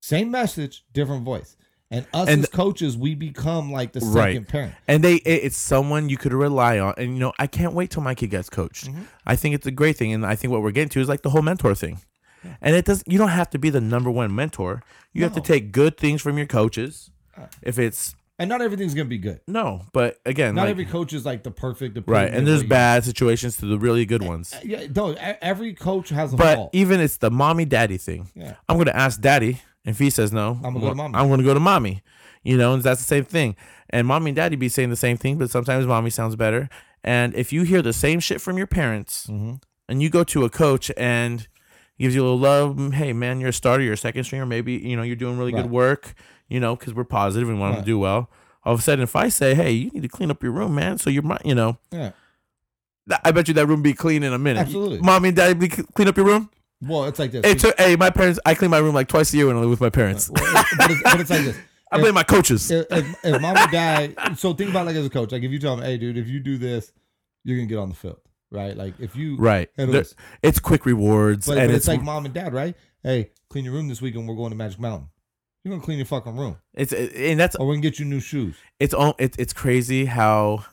Speaker 2: Same message, different voice, and us
Speaker 1: And-
Speaker 2: as coaches, we become like the second
Speaker 1: Right.
Speaker 2: parent.
Speaker 1: and they it, it's someone you could rely on and you know i can't wait till my kid gets coached
Speaker 2: Mhm.
Speaker 1: i think it's a great thing and i think what we're getting to is like the whole mentor thing
Speaker 2: Yeah.
Speaker 1: and it does you don't have to be the number one mentor you have to
Speaker 2: No.
Speaker 1: take good things from your coaches
Speaker 2: Uh.
Speaker 1: if it's
Speaker 2: And not everything's gonna be good.
Speaker 1: no but again
Speaker 2: Not
Speaker 1: like,
Speaker 2: every coach is like the perfect. The
Speaker 1: right and there's bad situations to the really good ones
Speaker 2: Yeah, no. e- Every coach has a
Speaker 1: but
Speaker 2: fault.
Speaker 1: even it's the mommy daddy thing
Speaker 2: Oh. Yeah.
Speaker 1: i'm gonna ask daddy if he says no
Speaker 2: gonna go to mommy.
Speaker 1: I'm gonna go to mommy you know and that's the same thing and mommy and daddy be saying the same thing but sometimes mommy sounds better and if you hear the same shit from your parents
Speaker 2: Mm-hmm.
Speaker 1: and you go to a coach and gives you a little love, mm, hey man, you're a starter, you're a second stringer, maybe you know you're doing really
Speaker 2: Right.
Speaker 1: good work, you know, because we're positive and want them
Speaker 2: Right.
Speaker 1: to do well. All of a sudden, if I say, hey, you need to clean up your room, man, so you're, you know,
Speaker 2: Yeah.
Speaker 1: th- I bet you that room be clean in a minute.
Speaker 2: Absolutely.
Speaker 1: mommy and daddy be cl- clean up your room.
Speaker 2: Well, it's like this.
Speaker 1: Hey, took, hey, my parents, I clean my room like twice a year when I live with my parents.
Speaker 2: Well, it- but, it's, but it's like this.
Speaker 1: I blame my coaches.
Speaker 2: If, if, if mom or dad, so think about like as a coach, like if you tell them, hey, dude, if you do this, you're gonna get on the field, right? Like if you,
Speaker 1: Right,
Speaker 2: It
Speaker 1: There-
Speaker 2: was-
Speaker 1: it's quick rewards,
Speaker 2: But,
Speaker 1: and
Speaker 2: but
Speaker 1: it's,
Speaker 2: it's like mom and dad, right? Hey, clean your room this week, and we're going to Magic Mountain. You're gonna clean your fucking room,
Speaker 1: it's and that's
Speaker 2: or we can get you new shoes.
Speaker 1: it's all it's it's crazy how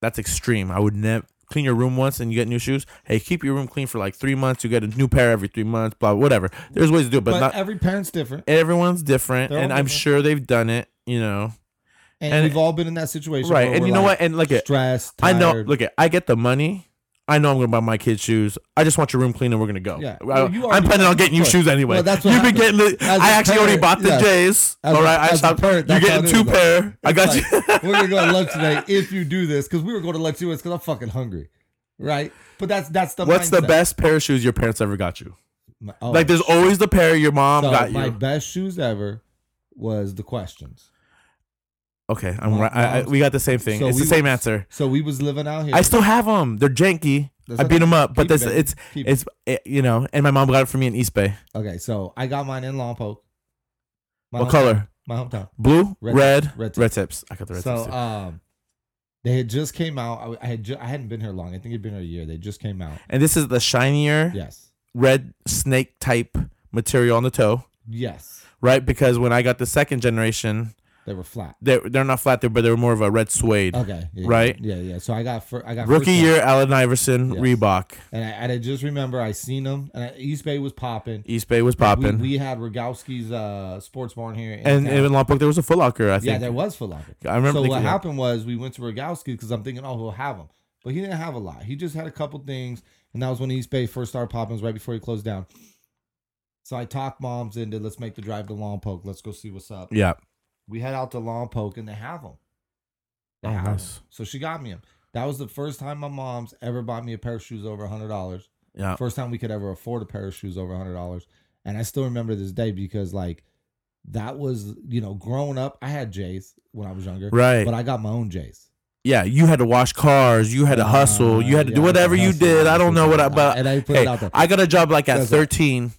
Speaker 1: that's extreme. I would never clean your room once and you get new shoes. Hey, keep your room clean for like three months. You get a new pair every three months. Blah, whatever. There's ways to do it, but,
Speaker 2: But,
Speaker 1: not
Speaker 2: every parent's different,
Speaker 1: everyone's different,
Speaker 2: They're all
Speaker 1: and I'm
Speaker 2: different.
Speaker 1: sure they've done it. You know,
Speaker 2: and,
Speaker 1: and-
Speaker 2: we've all been in that situation,
Speaker 1: right? And you know what? And look at
Speaker 2: stressed.
Speaker 1: I know.
Speaker 2: tired.
Speaker 1: Look at I get the money. I know I'm gonna buy my kids shoes. I just want your room clean and we're gonna go.
Speaker 2: Yeah.
Speaker 1: I,
Speaker 2: Well, you
Speaker 1: am
Speaker 2: already-
Speaker 1: planning on getting you
Speaker 2: of course.
Speaker 1: shoes anyway.
Speaker 2: Well, that's what
Speaker 1: You've been getting
Speaker 2: happens.
Speaker 1: the.
Speaker 2: As
Speaker 1: I
Speaker 2: a
Speaker 1: actually already
Speaker 2: parent,
Speaker 1: bought the
Speaker 2: yes.
Speaker 1: J's.
Speaker 2: As a-
Speaker 1: All right, I
Speaker 2: as a
Speaker 1: stopped.
Speaker 2: parent,
Speaker 1: You're
Speaker 2: that's how
Speaker 1: getting
Speaker 2: it
Speaker 1: two
Speaker 2: is, though.
Speaker 1: pair. I got
Speaker 2: It's
Speaker 1: you. [laughs]
Speaker 2: like, we're gonna go to lunch today if you do this, because we were going to lunch anyways, because I'm fucking hungry, right? But that's that's the
Speaker 1: What's the
Speaker 2: mindset.
Speaker 1: best pair of shoes your parents ever got you?
Speaker 2: My- oh,
Speaker 1: Like, there's always the pair your mom
Speaker 2: so
Speaker 1: got you.
Speaker 2: my best shoes ever was the questions.
Speaker 1: okay, I'm
Speaker 2: Mom-
Speaker 1: right. I, I,
Speaker 2: mom's-
Speaker 1: we got the same thing.
Speaker 2: So
Speaker 1: it's
Speaker 2: we
Speaker 1: the same
Speaker 2: was-
Speaker 1: answer.
Speaker 2: So we was living out here.
Speaker 1: I still have them. They're janky.
Speaker 2: That's
Speaker 1: I
Speaker 2: okay.
Speaker 1: beat them up, but
Speaker 2: Keep it,
Speaker 1: this
Speaker 2: baby.
Speaker 1: it's
Speaker 2: Keep it.
Speaker 1: it's it, you know. And my mom got it for me in East Bay.
Speaker 2: okay. So I got mine in Lompoc. My
Speaker 1: what
Speaker 2: hometown-
Speaker 1: color?
Speaker 2: My hometown.
Speaker 1: Blue,
Speaker 2: Red
Speaker 1: red,
Speaker 2: tips, red
Speaker 1: red, tips. I got the red
Speaker 2: so
Speaker 1: tips. Too.
Speaker 2: um, they had just came out. I, I had ju- I hadn't been here long. I think it'd been here a year. They just came out.
Speaker 1: and this is the shinier
Speaker 2: Yes.
Speaker 1: red snake type material on the toe,
Speaker 2: Yes.
Speaker 1: right? Because when I got the second generation,
Speaker 2: They were flat.
Speaker 1: They're they're not flat there, but they're more of a red suede.
Speaker 2: Okay. yeah,
Speaker 1: Right?
Speaker 2: Yeah, yeah. So I got fir- I got
Speaker 1: Rookie
Speaker 2: Uh, first
Speaker 1: year, Allen Iverson,
Speaker 2: Yes.
Speaker 1: Reebok,
Speaker 2: and I, and I just remember I seen them, and I, East Bay was popping.
Speaker 1: East Bay was
Speaker 2: We,
Speaker 1: popping,
Speaker 2: we had Rogowski's uh, sports barn here, in
Speaker 1: and,
Speaker 2: town.
Speaker 1: and in Lompoc there was a Foot Locker. I think.
Speaker 2: yeah, there was Foot Locker.
Speaker 1: I remember.
Speaker 2: so
Speaker 1: thinking
Speaker 2: what
Speaker 1: that.
Speaker 2: happened was we went to Rogowski because I'm thinking, oh, he'll have them, but he didn't have a lot. He just had a couple things, and that was when East Bay first started popping. It was right before he closed down. So I talked moms into let's make the drive to Lompoc. Let's go see what's up.
Speaker 1: Yeah,
Speaker 2: We head out to Lompoc and they have them. They
Speaker 1: Oh,
Speaker 2: have 'em.
Speaker 1: nice.
Speaker 2: So she got me them. That was the first time my mom's ever bought me a pair of shoes over a hundred dollars.
Speaker 1: yeah.
Speaker 2: First time we could ever afford a pair of shoes over a hundred dollars. And I still remember this day because like that was you know growing up I had J's when I was younger,
Speaker 1: Right.
Speaker 2: But I got my own J's.
Speaker 1: yeah, you had to wash cars, you had to hustle, you had to
Speaker 2: Uh,
Speaker 1: do
Speaker 2: yeah, I
Speaker 1: whatever you
Speaker 2: hustled,
Speaker 1: did. I
Speaker 2: hustled,
Speaker 1: don't know what I,
Speaker 2: hustled.
Speaker 1: but
Speaker 2: and I put
Speaker 1: hey,
Speaker 2: it out there.
Speaker 1: I got a job like at
Speaker 2: That's right.
Speaker 1: 13,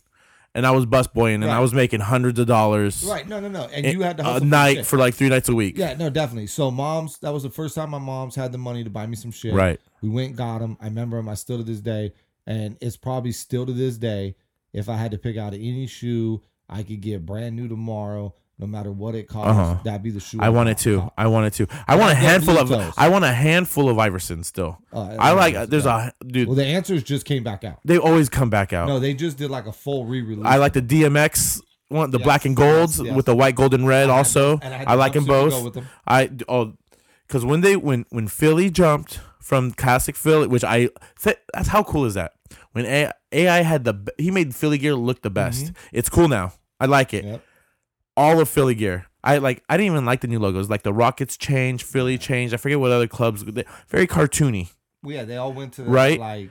Speaker 1: and I was busboying, and
Speaker 2: Right.
Speaker 1: I was making hundreds of dollars
Speaker 2: right? No, no, no. And
Speaker 1: a-
Speaker 2: you had to
Speaker 1: a
Speaker 2: hustle for
Speaker 1: night
Speaker 2: shit.
Speaker 1: for like three nights a week.
Speaker 2: yeah, no, definitely. So moms, that was the first time my moms had the money to buy me some shit,
Speaker 1: Right.
Speaker 2: We went and got them. I remember them. I still to this day, and it's probably still to this day. If I had to pick out any shoe, I could get brand new tomorrow, no matter what it costs.
Speaker 1: Uh-huh.
Speaker 2: That'd be the shoe.
Speaker 1: I wanted to. I wanted to. I want a
Speaker 2: Yeah,
Speaker 1: handful of.
Speaker 2: Bluetooth.
Speaker 1: I want a handful of Iverson still.
Speaker 2: Uh,
Speaker 1: I like. There's a dude.
Speaker 2: Well, the answers just came back out.
Speaker 1: They always come back out.
Speaker 2: No, they just did like a full re-release.
Speaker 1: I like the DMX one, the
Speaker 2: Yes,
Speaker 1: black and
Speaker 2: yes,
Speaker 1: golds
Speaker 2: yes.
Speaker 1: with the white, gold, and red. also,
Speaker 2: and I
Speaker 1: I,
Speaker 2: had the
Speaker 1: like them
Speaker 2: jumpsuit to
Speaker 1: both.
Speaker 2: go with them.
Speaker 1: I oh, because when they when when Philly jumped from classic Philly, which I th- that's how cool is that when AI, AI had the b- he made Philly gear look the best. It's cool now. I like it.
Speaker 2: Yep.
Speaker 1: All of Philly gear. I like. I didn't even like the new logos. Like the Rockets change, Philly change. I forget what other clubs. They, very cartoony.
Speaker 2: Well, yeah, they all went to that,
Speaker 1: Right?
Speaker 2: Like,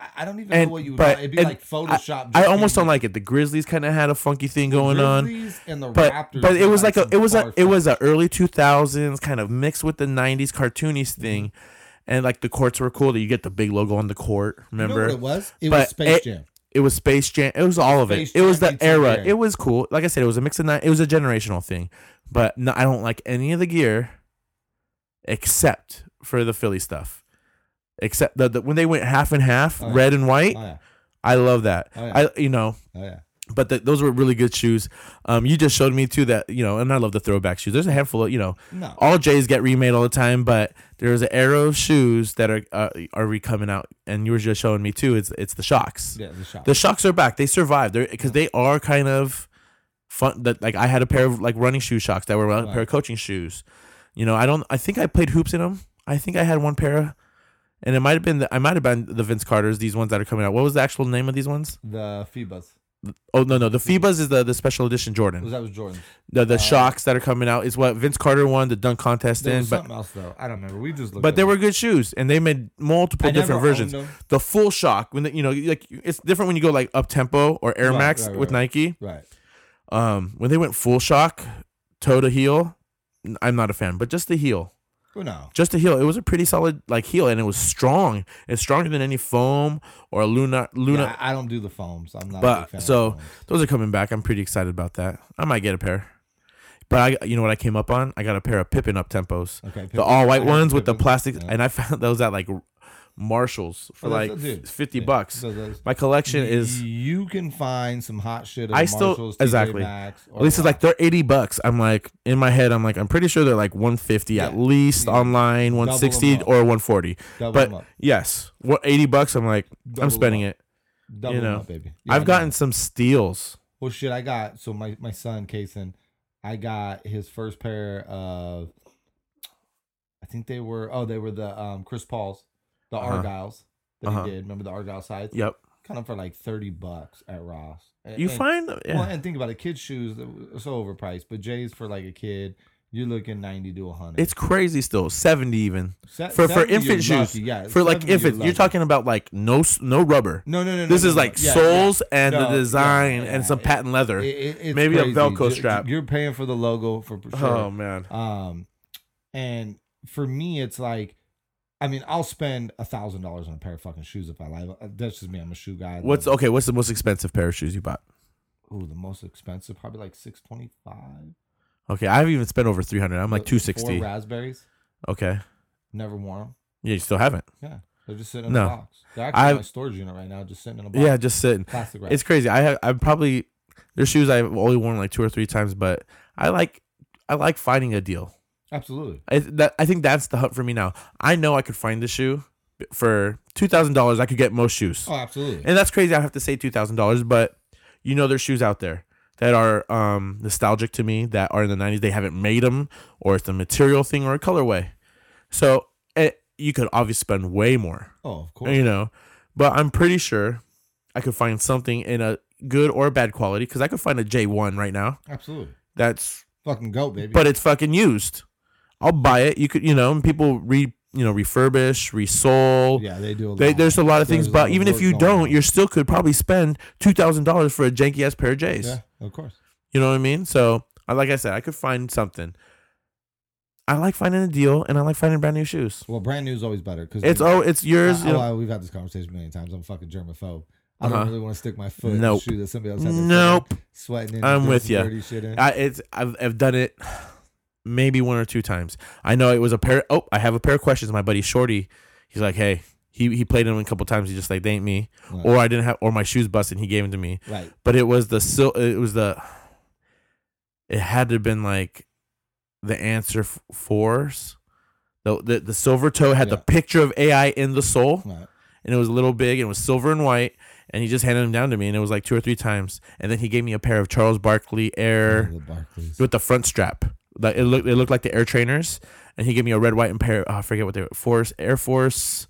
Speaker 2: I- I don't even
Speaker 1: And-
Speaker 2: know what you would.
Speaker 1: but-
Speaker 2: call it. It'd be
Speaker 1: and
Speaker 2: like Photoshop.
Speaker 1: I almost don't like it. The Grizzlies kind of had a funky thing going on.
Speaker 2: and the
Speaker 1: but
Speaker 2: Raptors.
Speaker 1: but
Speaker 2: did,
Speaker 1: it was like a
Speaker 2: some
Speaker 1: it was a it
Speaker 2: far-fetched-
Speaker 1: was a early 2000s kind of mixed with the 90s cartoonies
Speaker 2: Mm-hmm.
Speaker 1: thing and like the courts were cool that you get the big logo on the court remember
Speaker 2: You know what it was? It was
Speaker 1: But
Speaker 2: Space
Speaker 1: it-
Speaker 2: Jam.
Speaker 1: it was space jam it was all of
Speaker 2: Space
Speaker 1: it it was
Speaker 2: Jam,
Speaker 1: the
Speaker 2: it's
Speaker 1: era
Speaker 2: okay.
Speaker 1: it was cool like i said it was a mix of nine it was a generational thing but no, i don't like any of the gear except for the philly stuff except the, the when they went half and half
Speaker 2: Oh, yeah.
Speaker 1: red and white
Speaker 2: Oh yeah,
Speaker 1: i love that
Speaker 2: Oh, yeah.
Speaker 1: i you know
Speaker 2: oh yeah.
Speaker 1: but the, those were really good shoes. Um, you just showed me too that you know, and I love the throwback shoes. There's a handful of you know,
Speaker 2: No,
Speaker 1: all J's get remade all the time, but there's an arrow of shoes that are uh, are re coming out, and you were just showing me too. It's it's the shocks.
Speaker 2: yeah, the shop.
Speaker 1: The shocks are back. They survived because they are kind of fun. That like I had a pair of like running shoe shocks that were a
Speaker 2: Right.
Speaker 1: pair of coaching shoes. You know, I don't. I think I played hoops in them. I think I had one pair, and it might have been the, I might have been the Vince Carter's. These ones that are coming out. What was the actual name of these ones?
Speaker 2: the Phoebus.
Speaker 1: Oh no no the Phoebas is the, the special edition
Speaker 2: Was
Speaker 1: Jordan.
Speaker 2: that was Jordan?
Speaker 1: The the
Speaker 2: uh,
Speaker 1: shocks that are coming out is what Vince Carter won the dunk contest
Speaker 2: There
Speaker 1: in.
Speaker 2: was
Speaker 1: But
Speaker 2: something else though. I don't remember. We just looked.
Speaker 1: but they
Speaker 2: there
Speaker 1: were good shoes and they made multiple different versions. The full shock when the, you know like it's different when you go like up tempo or Air
Speaker 2: Right,
Speaker 1: Max
Speaker 2: right,
Speaker 1: with
Speaker 2: right.
Speaker 1: Nike.
Speaker 2: Right.
Speaker 1: Um when they went full shock toe to heel, n- I'm not a fan. But just the heel,
Speaker 2: Well, no.
Speaker 1: just the heel, it was a pretty solid like heel and it was strong. It's stronger than any foam or Luna Luna.
Speaker 2: Yeah, I I don't do the foams. I'm not. a big
Speaker 1: But
Speaker 2: fan of
Speaker 1: so
Speaker 2: foams.
Speaker 1: those are coming back. I'm pretty excited about that. I might get a pair. But I, you know what I came up on? I got a pair of Pippin up tempos,
Speaker 2: okay,
Speaker 1: the all white ones with the
Speaker 2: plastic
Speaker 1: plastic,
Speaker 2: yeah.
Speaker 1: and I found [laughs] those at like Marshalls for
Speaker 2: Oh, that's
Speaker 1: like
Speaker 2: what it is.
Speaker 1: fifty bucks. My
Speaker 2: E
Speaker 1: collection is
Speaker 2: you can find some hot shit. At
Speaker 1: I still-
Speaker 2: Marshalls, TJ
Speaker 1: exactly.
Speaker 2: Maxx, or
Speaker 1: at least it's like they're eighty bucks. I'm like in my head, I'm like I'm pretty sure they're like one fifty
Speaker 2: Yeah.
Speaker 1: at least
Speaker 2: Yeah.
Speaker 1: online, one sixty
Speaker 2: up.
Speaker 1: or one forty.
Speaker 2: double
Speaker 1: But
Speaker 2: them up,
Speaker 1: yes, what eighty bucks? I'm like
Speaker 2: Double
Speaker 1: I'm spending it.
Speaker 2: double
Speaker 1: you
Speaker 2: them
Speaker 1: know,
Speaker 2: up, baby.
Speaker 1: I've
Speaker 2: gotten.
Speaker 1: gotten some steals.
Speaker 2: Well, shit, I got so my my son Kason, I got his first pair of. I think they were oh they were the um Chris Paul's, the
Speaker 1: Uh-huh.
Speaker 2: Argyles that
Speaker 1: Uh-huh.
Speaker 2: he did. Remember the Argyle sides?
Speaker 1: Yep.
Speaker 2: Kind of for like thirty bucks at Ross. And,
Speaker 1: You
Speaker 2: and-
Speaker 1: find yeah.
Speaker 2: well, and think about it, kids' shoes are so overpriced, but Jay's for like a kid. You're looking ninety to hundred.
Speaker 1: it's crazy still seventy even.
Speaker 2: Se-
Speaker 1: for- for
Speaker 2: 70, you're
Speaker 1: infant shoes.
Speaker 2: lucky, yeah.
Speaker 1: for like
Speaker 2: 70,
Speaker 1: infants. You're
Speaker 2: lucky.
Speaker 1: talking about like no s- no rubber.
Speaker 2: No, no, no. no,
Speaker 1: This
Speaker 2: no,
Speaker 1: is
Speaker 2: no.
Speaker 1: like
Speaker 2: Yeah, yeah.
Speaker 1: soles and
Speaker 2: No,
Speaker 1: the
Speaker 2: yeah,
Speaker 1: design
Speaker 2: yeah,
Speaker 1: and some
Speaker 2: it-
Speaker 1: patent leather.
Speaker 2: It- it- it's
Speaker 1: Maybe a
Speaker 2: crazy.
Speaker 1: Velcro
Speaker 2: You're-
Speaker 1: strap.
Speaker 2: You're paying for the logo for sure.
Speaker 1: Oh man,
Speaker 2: Um, and for me, it's like, I mean, I'll spend a thousand dollars on a pair of fucking shoes if I like. Uh, That's just me. I'm a shoe guy. I
Speaker 1: what's
Speaker 2: love-
Speaker 1: okay? What's the most expensive pair of shoes you bought?
Speaker 2: Ooh, the most expensive? Probably like six twenty five.
Speaker 1: Okay, I've even spent over three hundred. I'm like two sixty.
Speaker 2: Four raspberries.
Speaker 1: Okay,
Speaker 2: Never worn them.
Speaker 1: yeah, you still haven't.
Speaker 2: They're just sitting in a
Speaker 1: No.
Speaker 2: box. They're actually in
Speaker 1: I've-
Speaker 2: my storage unit right now, just sitting in a box.
Speaker 1: Yeah, just sitting.
Speaker 2: plastic wrap.
Speaker 1: It's crazy. I have. I'm probably there's shoes I've only worn like two or three times, but I like. I like finding a deal.
Speaker 2: Absolutely.
Speaker 1: I, that, I think that's the hut for me now. I know I could find the shoe for two thousand dollars. I could get most shoes,
Speaker 2: Oh, absolutely.
Speaker 1: and that's crazy. I have to say two thousand dollars, but you know there's shoes out there that are um, nostalgic to me that are in the '90s. They haven't made them, or it's a material thing or a colorway. So it, you could obviously spend way more,
Speaker 2: oh, of course.
Speaker 1: you know. But I'm pretty sure I could find something in a good or bad quality because I could find a J1 right now.
Speaker 2: Absolutely.
Speaker 1: That's
Speaker 2: Fucking goat, baby.
Speaker 1: but it's fucking used. I'll buy it. You could, you know, and people re, you know, refurbish, resole.
Speaker 2: yeah, they do a lot.
Speaker 1: They, there's a lot of things,
Speaker 2: There's a lot
Speaker 1: but
Speaker 2: of
Speaker 1: even if
Speaker 2: work
Speaker 1: you
Speaker 2: going
Speaker 1: don't,
Speaker 2: on.
Speaker 1: you still could probably spend two thousand dollars for a janky ass pair of J's.
Speaker 2: Yeah, of course.
Speaker 1: You know what I mean? So, I- like I said, I could find something. I like finding a deal, and I like finding brand new shoes.
Speaker 2: Well, brand new is always better because
Speaker 1: It's oh, it's yours. you know.
Speaker 2: we've had this conversation many times. I'm a fucking germaphobe. I
Speaker 1: Uh-huh.
Speaker 2: don't really want to stick my foot
Speaker 1: Nope.
Speaker 2: in a shoe that somebody else had their
Speaker 1: Nope,
Speaker 2: fucking sweating in.
Speaker 1: I'm
Speaker 2: doing
Speaker 1: with
Speaker 2: some
Speaker 1: ya.
Speaker 2: Dirty shit in.
Speaker 1: I, it's I've I've done it maybe one or two times. I know it was a pair. Oh, I have a pair of questions. My buddy Shorty, he's like, hey, he he played them a couple times. He's just like, they ain't me.
Speaker 2: Right.
Speaker 1: Or I didn't have, or my shoes busted. and He gave them to me.
Speaker 2: right.
Speaker 1: But it was the sil. It was the. It had to have been like, the answer f- fours. The, the, the silver toe had the
Speaker 2: Yeah.
Speaker 1: picture of AI in the sole
Speaker 2: Right.
Speaker 1: and it was a little big and it was silver and white and he just handed them down to me and it was like two or three times and then he gave me a pair of Charles Barkley Air
Speaker 2: The Barclays.
Speaker 1: with the front strap. Like it looked, it looked like the Air Trainers, and he gave me a red, white, and pair. oh, I forget what they were. Force Air Force.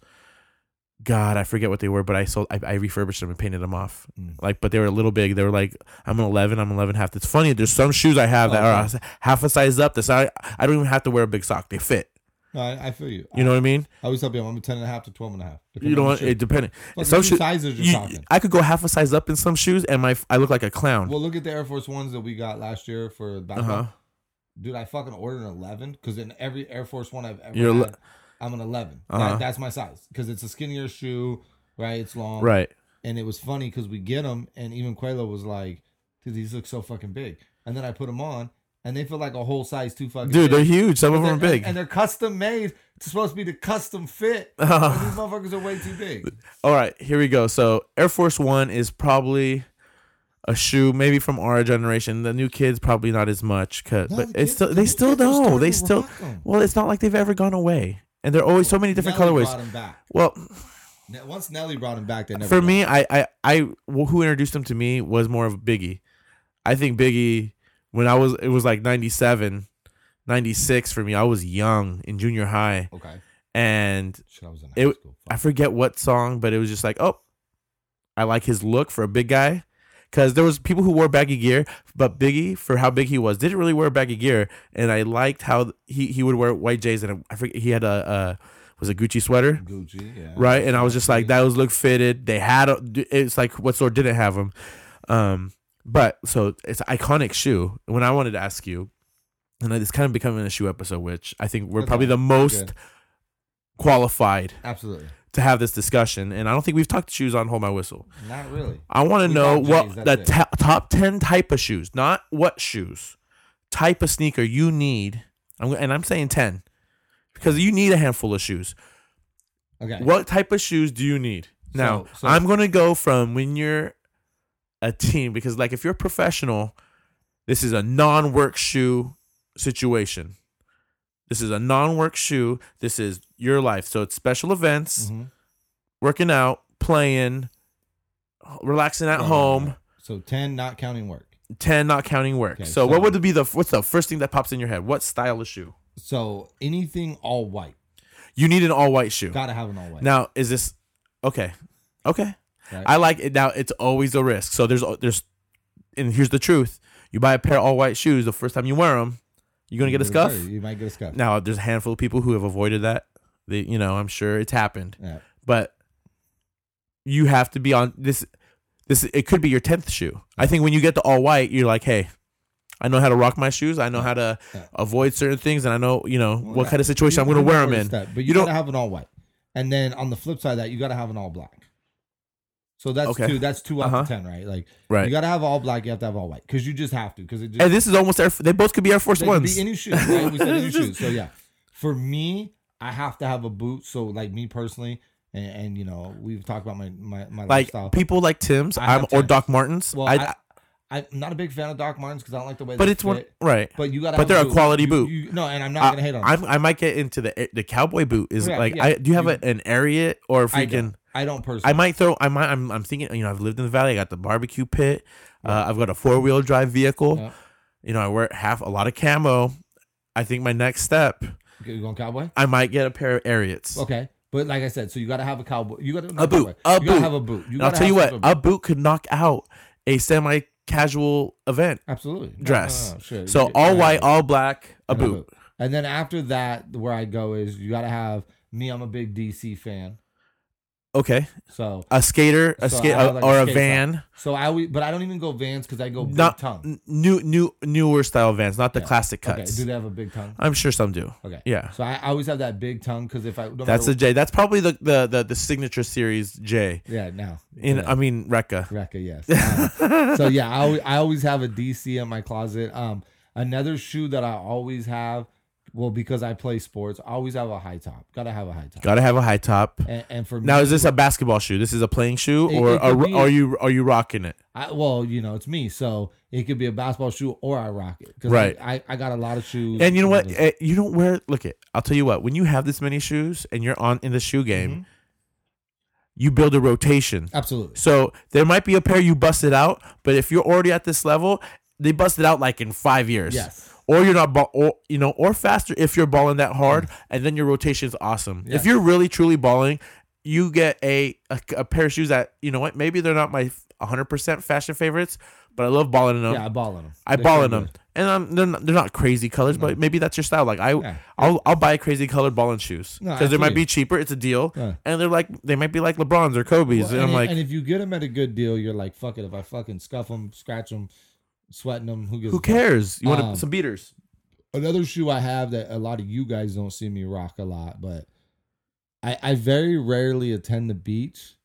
Speaker 1: God, I forget what they were, but I sold. I, I refurbished them and painted them off.
Speaker 2: Mm.
Speaker 1: Like, but they were a little big. They were like, I'm an 11. I'm 11 half. It's funny. There's some shoes I have that are half a size up. That's I. I don't even have to wear a big sock. They fit.
Speaker 2: No, I, I feel you.
Speaker 1: You know what I mean?
Speaker 2: I always tell people I'm 10 and a half to 12 and a half.
Speaker 1: You know what?
Speaker 2: Fucking
Speaker 1: It depending. Some
Speaker 2: two
Speaker 1: shoes.
Speaker 2: sizes you're
Speaker 1: you-
Speaker 2: talking.
Speaker 1: I could go half a size up in some shoes, and my I look like a clown.
Speaker 2: Well, look at the Air Force Ones that we got last year for
Speaker 1: Uh
Speaker 2: basketball.
Speaker 1: huh.
Speaker 2: Dude, I fucking ordered an 11 because in every Air Force One I've ever
Speaker 1: You're le-
Speaker 2: had, I'm an 11.
Speaker 1: Uh-huh.
Speaker 2: That, that's my size because it's a skinnier shoe, right? It's long.
Speaker 1: Right.
Speaker 2: And it was funny because we get them, and even Quelo was like, dude, these look so fucking big. And then I put them on, and they feel like a whole size too fucking
Speaker 1: Dude, they're
Speaker 2: big.
Speaker 1: huge. Some of them are
Speaker 2: And-
Speaker 1: big.
Speaker 2: And they're custom made. It's supposed to be the
Speaker 1: [laughs]
Speaker 2: custom fit. but these motherfuckers are way too big.
Speaker 1: All right, here we go. So Air Force One is probably a shoe, maybe from our generation. The new kids probably not as much, 'cause-
Speaker 2: No,
Speaker 1: but
Speaker 2: the
Speaker 1: it's
Speaker 2: kids-
Speaker 1: still
Speaker 2: the
Speaker 1: they
Speaker 2: new
Speaker 1: still
Speaker 2: kids are starting
Speaker 1: know. They
Speaker 2: to
Speaker 1: still
Speaker 2: rock 'em.
Speaker 1: well, it's not like they've ever gone away, and there are always so many different
Speaker 2: Nelly
Speaker 1: colorways.
Speaker 2: Brought 'em back.
Speaker 1: Well,
Speaker 2: Ne- Once Nelly brought him back, they never
Speaker 1: for
Speaker 2: got
Speaker 1: me, I, I, I, well, who introduced him to me was more of Biggie. I think Biggie, when I was, it was like 97, 96 for me. I was young in junior high,
Speaker 2: it. Okay.
Speaker 1: and
Speaker 2: Shit, I was in high
Speaker 1: It-
Speaker 2: school.
Speaker 1: I
Speaker 2: Fuck.
Speaker 1: forget what song, but it was just like, oh, I like his look for a big guy. Cause there was people who wore baggy gear, but Biggie, for how big he was, didn't really wear baggy gear. And I liked how he, he would wear white J's and I forget he had a, a was a Gucci sweater,
Speaker 2: Gucci, yeah.
Speaker 1: right? And I was just like, that was look fitted. They had a, it's like what store didn't have them, um. But so it's an iconic shoe. When I wanted to ask you, and it's kind of becoming a shoe episode, which I think we're
Speaker 2: That's
Speaker 1: probably
Speaker 2: all
Speaker 1: the
Speaker 2: right.
Speaker 1: most
Speaker 2: Good.
Speaker 1: qualified
Speaker 2: Absolutely.
Speaker 1: to have this discussion, and I don't think we've talked shoes on Hold My Whistle.
Speaker 2: Not really.
Speaker 1: I want to
Speaker 2: We
Speaker 1: know
Speaker 2: got
Speaker 1: what
Speaker 2: J's,
Speaker 1: the
Speaker 2: that's
Speaker 1: ta- top ten type of shoes, not what shoes, type of sneaker you need. I'm, and I'm saying ten because you need a handful of shoes.
Speaker 2: Okay.
Speaker 1: What type of shoes do you need? Now
Speaker 2: So- so-
Speaker 1: I'm gonna go from when you're a teen because like if you're a professional, this is a non-work shoe situation. This is a non-work shoe. This is your life. So it's special events
Speaker 2: Mhm.
Speaker 1: working out, playing, relaxing at
Speaker 2: Right, right,
Speaker 1: home.
Speaker 2: right. So 10 not counting work.
Speaker 1: Ten, not counting work.
Speaker 2: Okay,
Speaker 1: so, what
Speaker 2: so-
Speaker 1: would be the what's the first thing that pops in your head? What style of shoe?
Speaker 2: So anything all white.
Speaker 1: You need an all white shoe.
Speaker 2: Gotta have an all white.
Speaker 1: Now, is this okay? Okay,
Speaker 2: Right.
Speaker 1: I like it. Now, it's always a risk. So there's there's, and here's the truth: you buy a pair of all white shoes the first time you wear them, you're gonna get a scuff.
Speaker 2: You might get a scuff.
Speaker 1: Now, there's a handful of people who have avoided that. They, you know, I'm sure it's happened.
Speaker 2: Yeah.
Speaker 1: but you have to be on this this it could be your 10th shoe i think when you get to all white you're like hey i know how to rock my shoes i know how to
Speaker 2: Yeah.
Speaker 1: avoid certain things and i know you know
Speaker 2: Well,
Speaker 1: what
Speaker 2: yeah.
Speaker 1: kind of situation i'm
Speaker 2: You-
Speaker 1: going to
Speaker 2: you
Speaker 1: wear them
Speaker 2: notice
Speaker 1: in
Speaker 2: that, but you,
Speaker 1: You don't-
Speaker 2: gotta have an all white. And then on the flip side of that, you gotta have an all black. So that's
Speaker 1: Okay.
Speaker 2: two. That's two out
Speaker 1: Uh-huh.
Speaker 2: of ten, right? Like
Speaker 1: right
Speaker 2: you gotta have all black. You have to have all white because you just have to because it just
Speaker 1: and this is almost air they both could be air force
Speaker 2: They could
Speaker 1: ones
Speaker 2: Be any shoes, right?
Speaker 1: [laughs]
Speaker 2: We said any
Speaker 1: It's just-
Speaker 2: shoes. So yeah, for me, I have to have a boot. So like me personally, and, and you know, we've talked about my my, my
Speaker 1: like
Speaker 2: lifestyle.
Speaker 1: people like tim's
Speaker 2: I
Speaker 1: i'm
Speaker 2: have
Speaker 1: or
Speaker 2: Tims.
Speaker 1: doc martens
Speaker 2: Well,
Speaker 1: I,
Speaker 2: I, I, I'm not a big fan of Doc Martens because I don't like the way.
Speaker 1: But
Speaker 2: they
Speaker 1: it's one
Speaker 2: fit,
Speaker 1: right.
Speaker 2: But you got.
Speaker 1: but they're a quality boot.
Speaker 2: no, and I'm not
Speaker 1: I-
Speaker 2: gonna hate on.
Speaker 1: I'm,
Speaker 2: them.
Speaker 1: I might get into the the cowboy boot. Is
Speaker 2: Yeah,
Speaker 1: like
Speaker 2: yeah.
Speaker 1: I do you have
Speaker 2: You-
Speaker 1: a, an Ariat or a
Speaker 2: I
Speaker 1: freaking?
Speaker 2: don't. I don't
Speaker 1: I
Speaker 2: personally.
Speaker 1: might throw. I might. I'm, I'm thinking. You know, I've lived in the valley. I got the barbecue pit. Uh, I've got a four wheel drive vehicle.
Speaker 2: Yeah.
Speaker 1: You know, I wear half a lot of camo. I think my next step,
Speaker 2: Okay, you going cowboy?
Speaker 1: I might get a pair of Ariats.
Speaker 2: Okay, but like I said, so you got to have a cowboy. You got to
Speaker 1: A boot,
Speaker 2: You
Speaker 1: a
Speaker 2: got to
Speaker 1: boot.
Speaker 2: have a boot. You
Speaker 1: And I'll
Speaker 2: gotta
Speaker 1: tell you
Speaker 2: have
Speaker 1: what,
Speaker 2: some
Speaker 1: a boot could knock out a semi casual event.
Speaker 2: absolutely No, no,
Speaker 1: dress.
Speaker 2: no, no, sure.
Speaker 1: So
Speaker 2: You-
Speaker 1: all
Speaker 2: yeah.
Speaker 1: white, all black, a
Speaker 2: And a
Speaker 1: boot.
Speaker 2: And then after that, where I go is you got to have me. I'm a big DC fan,
Speaker 1: Okay,
Speaker 2: so
Speaker 1: a skater, a
Speaker 2: So I
Speaker 1: skate,
Speaker 2: have, like, a
Speaker 1: or a
Speaker 2: skate
Speaker 1: van.
Speaker 2: so I always, but I don't even go Vans because I go big
Speaker 1: Not-
Speaker 2: tongue.
Speaker 1: N- New, new, newer style vans, not the
Speaker 2: Yeah.
Speaker 1: classic
Speaker 2: Okay,
Speaker 1: cuts.
Speaker 2: do they have a big tongue?
Speaker 1: I'm sure some do.
Speaker 2: Okay,
Speaker 1: Yeah,
Speaker 2: So I, I always have that big tongue because if I no
Speaker 1: that's
Speaker 2: matter-
Speaker 1: a J. That's probably the the the, the signature series J.
Speaker 2: yeah now
Speaker 1: In
Speaker 2: yeah.
Speaker 1: I mean Rekka.
Speaker 2: Recca, yes.
Speaker 1: [laughs]
Speaker 2: Um, so yeah, I, al- I always have a DC in my closet. Um, another shoe that I always have, well, because I play sports, I always have a high top. Gotta have a high top.
Speaker 1: Gotta have a high top.
Speaker 2: And, and for
Speaker 1: Now
Speaker 2: me,
Speaker 1: is this a basketball shoe? This is a playing shoe,
Speaker 2: It-
Speaker 1: or
Speaker 2: it could
Speaker 1: are,
Speaker 2: be.
Speaker 1: are you are you rocking it?
Speaker 2: I, well, you know, it's me, so it could be a basketball shoe or I rock it. 'Cause
Speaker 1: Right.
Speaker 2: I, I got a lot of shoes.
Speaker 1: And you know what?
Speaker 2: It
Speaker 1: Eh, You don't wear. Look it. I'll tell you what. When you have this many shoes and you're on in the shoe game,
Speaker 2: Mhm.
Speaker 1: you build a rotation.
Speaker 2: doesn't- Absolutely.
Speaker 1: So there might be a pair you busted out, but if you're already at this level, they busted out like in five years.
Speaker 2: Yes.
Speaker 1: Or you're not ball, or you know, or faster if you're balling that hard, and then your rotation's awesome. If
Speaker 2: Mm. Yes.
Speaker 1: you're really truly balling, you get a, a a pair of shoes that you know what? Maybe they're not my 100 percent fashion favorites, but I love balling in them.
Speaker 2: Yeah, I ball in them.
Speaker 1: I ball in them, and I'm, they're not, they're not crazy colors, but maybe that's your style. Like I,
Speaker 2: Mm. Yeah.
Speaker 1: I'll I'll buy crazy colored ball and shoes
Speaker 2: No,
Speaker 1: because they might
Speaker 2: absolutely.
Speaker 1: be cheaper. It's a deal,
Speaker 2: Yeah.
Speaker 1: and they're like they might be like Lebrons or Kobe's,
Speaker 2: Well,
Speaker 1: and I'm
Speaker 2: if-
Speaker 1: like,
Speaker 2: and if you get them at a good deal, you're like, fuck it. If I fucking scuff them, scratch them, sweating them, who gives
Speaker 1: who
Speaker 2: a fuck?
Speaker 1: cares? You want
Speaker 2: Um,
Speaker 1: some beaters?
Speaker 2: another shoe I have that a lot of you guys don't see me rock a lot, but I, I very rarely attend the beach.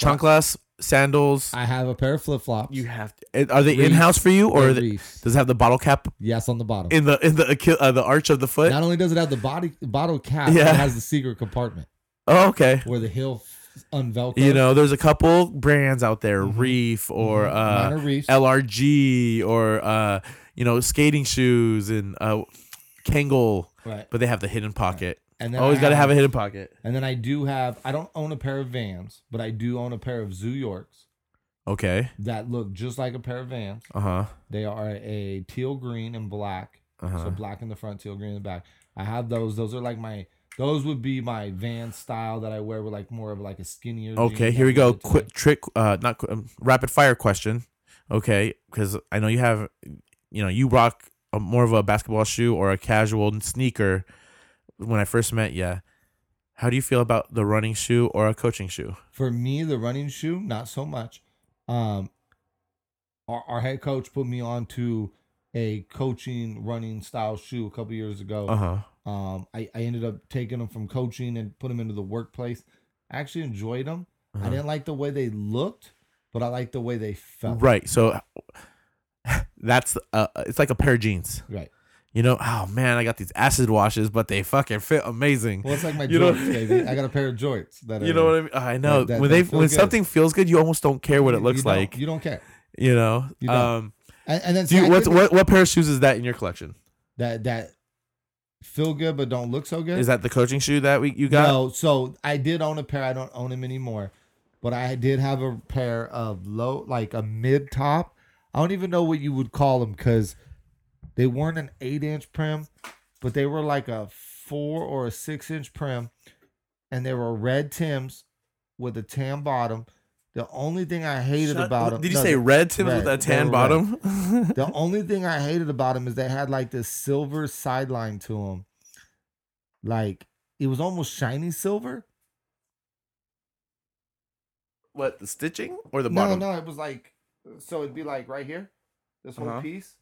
Speaker 1: Chanclas, sandals.
Speaker 2: I have a pair of flip flops.
Speaker 1: you have to, are they
Speaker 2: Reefs.
Speaker 1: in house for you, or are they-
Speaker 2: Reefs.
Speaker 1: does it have the bottle cap
Speaker 2: yes on the bottom.
Speaker 1: in the in the Achil- uh, the arch of the foot?
Speaker 2: Not only does it have the body bottle cap,
Speaker 1: Yeah.
Speaker 2: it has the secret compartment
Speaker 1: Oh, okay.
Speaker 2: where the heel f- unvelcros.
Speaker 1: You know, there's a couple brands out there,
Speaker 2: Mhm.
Speaker 1: Reef or uh,
Speaker 2: Mine are reefs.
Speaker 1: LRG or uh, you know, skating shoes and uh, Kangol,
Speaker 2: right.
Speaker 1: but they have the hidden pocket.
Speaker 2: And
Speaker 1: Always
Speaker 2: I
Speaker 1: got to have a hidden pocket.
Speaker 2: And then I do have. I don't own a pair of Vans, but I do own a pair of Zoo Yorks
Speaker 1: Okay.
Speaker 2: that look just like a pair of Vans.
Speaker 1: Uh huh.
Speaker 2: They are a teal green and black.
Speaker 1: Uh
Speaker 2: So
Speaker 1: huh.
Speaker 2: black in the front, teal green in the back. I have those. Those are like my. Those would be my van style that I wear with like more of like a skinnier.
Speaker 1: Okay.
Speaker 2: jean
Speaker 1: Here we
Speaker 2: that I
Speaker 1: go.
Speaker 2: did
Speaker 1: Quick
Speaker 2: today.
Speaker 1: trick. Uh, not qu- um, rapid fire question. Okay, because I know you have, you know, you rock a, more of a basketball shoe or a casual sneaker. When I first met you, how do you feel about the running shoe or a coaching shoe?
Speaker 2: For me, the running shoe, not so much. Um, our, our head coach put me on to a coaching running style shoe a couple years ago.
Speaker 1: Uh huh.
Speaker 2: Um, I, I ended up taking them from coaching and put them into the workplace. I actually enjoyed them.
Speaker 1: Uh-huh.
Speaker 2: I didn't like the way they looked, but I liked the way they felt.
Speaker 1: Right. So [laughs] that's uh, it's like a pair of jeans.
Speaker 2: Right.
Speaker 1: You know, oh man, I got these acid washes, but they fucking fit amazing.
Speaker 2: Well, it's like my
Speaker 1: You know-
Speaker 2: jorts, baby. I got a pair of jorts that
Speaker 1: [laughs]
Speaker 2: are
Speaker 1: you know what I mean? I know
Speaker 2: that-
Speaker 1: when
Speaker 2: that
Speaker 1: they
Speaker 2: feel
Speaker 1: when
Speaker 2: good.
Speaker 1: something feels good, you almost don't care what it
Speaker 2: You-
Speaker 1: looks
Speaker 2: you don't-
Speaker 1: like.
Speaker 2: You don't care.
Speaker 1: You know.
Speaker 2: You don't.
Speaker 1: um,
Speaker 2: And, and then
Speaker 1: do you,
Speaker 2: second,
Speaker 1: what what what pair of shoes is that in your collection?
Speaker 2: that that feel good but don't look so good.
Speaker 1: Is that the coaching shoe that we you got?
Speaker 2: No, so I did own a pair. I don't own them anymore, but I did have a pair of low, like a mid top. I don't even know what you would call them because they weren't an eight inch prim, but they were like a four or a six inch prim, and they were red Tims with a tan bottom. The only thing I hated
Speaker 1: Shut-
Speaker 2: about them.
Speaker 1: Did you say red tips with
Speaker 2: red.
Speaker 1: a
Speaker 2: They
Speaker 1: tan
Speaker 2: were
Speaker 1: bottom? [laughs]
Speaker 2: The only thing I hated about them is they had like this silver sideline to them. Like it was almost shiny silver.
Speaker 1: what the stitching or the
Speaker 2: no,
Speaker 1: bottom?
Speaker 2: no, it was like so it'd be like right here, this whole
Speaker 1: Uh-huh.
Speaker 2: piece,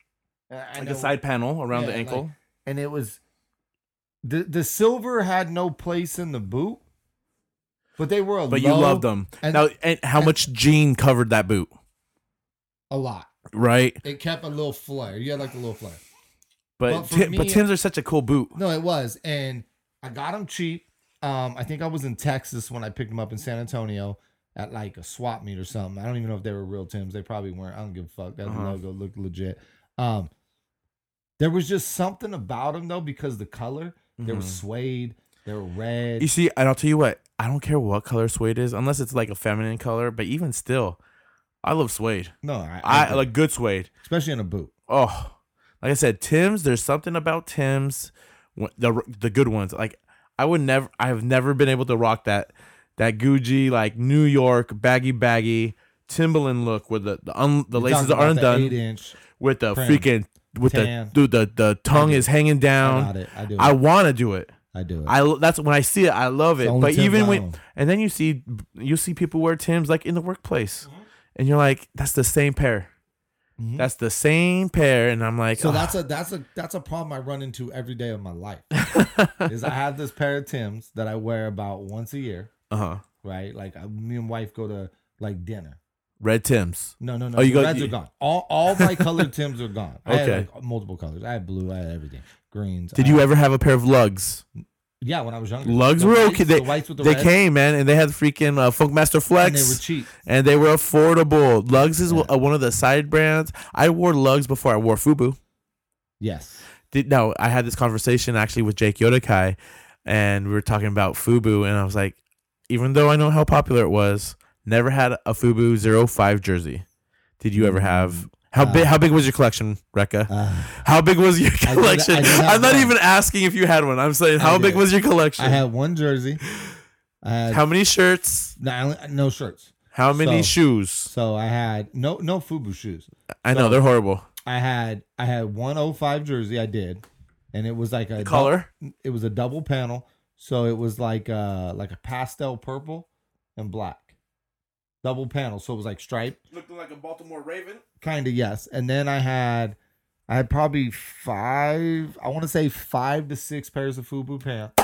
Speaker 2: and, I
Speaker 1: Like
Speaker 2: know-
Speaker 1: a side panel around
Speaker 2: Yeah,
Speaker 1: the
Speaker 2: like-
Speaker 1: ankle.
Speaker 2: and it was the the silver had no place in the boot, but they were a
Speaker 1: but you
Speaker 2: low-
Speaker 1: loved them.
Speaker 2: and-
Speaker 1: now, and how
Speaker 2: and-
Speaker 1: much jean covered that boot?
Speaker 2: a lot.
Speaker 1: Right.
Speaker 2: It kept a little flare. You had like a little flare.
Speaker 1: But
Speaker 2: Well, for
Speaker 1: Tim,
Speaker 2: me,
Speaker 1: but Tim's are such a cool boot.
Speaker 2: No, it was, and I got them cheap. Um, I think I was in Texas when I picked them up in San Antonio, at like a swap meet or something. I don't even know if they were real Tim's. They probably weren't. I don't give a fuck. That
Speaker 1: Uh-huh.
Speaker 2: logo looked legit. Um, there was just something about them though because the color. They were
Speaker 1: Mhm.
Speaker 2: suede. They were red.
Speaker 1: You see, and I'll tell you what, I don't care what color suede is, unless it's like a feminine color. But even still, I love suede.
Speaker 2: no, I, I,
Speaker 1: I like good suede.
Speaker 2: especially in a boot.
Speaker 1: Oh, like I said, Tim's. There's something about Tim's, wh- the the good ones. Like I would never, I have never been able to rock that that Gucci like New York baggy baggy Timberland look with the the, un, the
Speaker 2: You're
Speaker 1: laces
Speaker 2: talking
Speaker 1: are
Speaker 2: about the
Speaker 1: undone
Speaker 2: Eight inch.
Speaker 1: with the
Speaker 2: prim,
Speaker 1: freaking with
Speaker 2: tan.
Speaker 1: the dude the the tongue
Speaker 2: do.
Speaker 1: is hanging
Speaker 2: I
Speaker 1: down.
Speaker 2: got it. I do. It.
Speaker 1: I
Speaker 2: I,
Speaker 1: want to do it.
Speaker 2: do it.
Speaker 1: I lo- that's when I see it, I love
Speaker 2: It's
Speaker 1: it.
Speaker 2: the only
Speaker 1: But
Speaker 2: Tim's
Speaker 1: even
Speaker 2: I
Speaker 1: when
Speaker 2: own.
Speaker 1: and then you see you see people wear Tim's like in the workplace,
Speaker 2: Mm-hmm.
Speaker 1: and you're like, that's the same pair.
Speaker 2: Mhm.
Speaker 1: That's the same pair, and I'm like,
Speaker 2: So
Speaker 1: "Ah."
Speaker 2: that's a that's a that's a problem I run into every day of
Speaker 1: [laughs]
Speaker 2: my life. is I have this pair of Tim's that I wear about once a year,
Speaker 1: uh-huh.
Speaker 2: right? Like I, me and wife go to like dinner.
Speaker 1: Red Tim's.
Speaker 2: No, no, no.
Speaker 1: Oh, you
Speaker 2: the
Speaker 1: got-
Speaker 2: reds
Speaker 1: you-
Speaker 2: are gone. All all my colored Tim's are gone. I had,
Speaker 1: Okay.
Speaker 2: like, multiple colors. I had blue. I had everything. Greens.
Speaker 1: Did
Speaker 2: I
Speaker 1: you
Speaker 2: had-
Speaker 1: ever have a pair of lugs?
Speaker 2: Yeah, when I was younger.
Speaker 1: Lugs
Speaker 2: The
Speaker 1: were
Speaker 2: whites-
Speaker 1: okay. They
Speaker 2: the whites with the
Speaker 1: they
Speaker 2: reds,
Speaker 1: came, man, and they had freaking uh, Funkmaster
Speaker 2: and they were
Speaker 1: Flex,
Speaker 2: cheap.
Speaker 1: and they were affordable. Lugs is
Speaker 2: Yeah.
Speaker 1: uh, one of the side brands. I wore Lugs before I wore Fubu.
Speaker 2: Yes.
Speaker 1: did no i had this conversation actually with jake yodakai and we were talking about fubu and i was like even though i know how popular it was never had a fubu 05 jersey did you ever have how
Speaker 2: Uh,
Speaker 1: big how big was your collection Rekka?
Speaker 2: Uh,
Speaker 1: how big was your
Speaker 2: I did-
Speaker 1: collection
Speaker 2: I did have
Speaker 1: i'm not
Speaker 2: one.
Speaker 1: even asking if you had one i'm saying how big
Speaker 2: did.
Speaker 1: was your collection
Speaker 2: I had one jersey. I had
Speaker 1: how many shirts
Speaker 2: no, I only, no shirts.
Speaker 1: how many
Speaker 2: So-
Speaker 1: shoes
Speaker 2: So I had no no Fubu shoes.
Speaker 1: i know
Speaker 2: so-
Speaker 1: they're horrible
Speaker 2: I had I had 105 jersey I did and it was like a
Speaker 1: color
Speaker 2: dou- it was a double panel so it was like uh like a pastel purple and black double panel so it was like striped
Speaker 1: looking like a baltimore raven
Speaker 2: kind of yes and then I had I had probably five I want to say five to six pairs of FUBU pants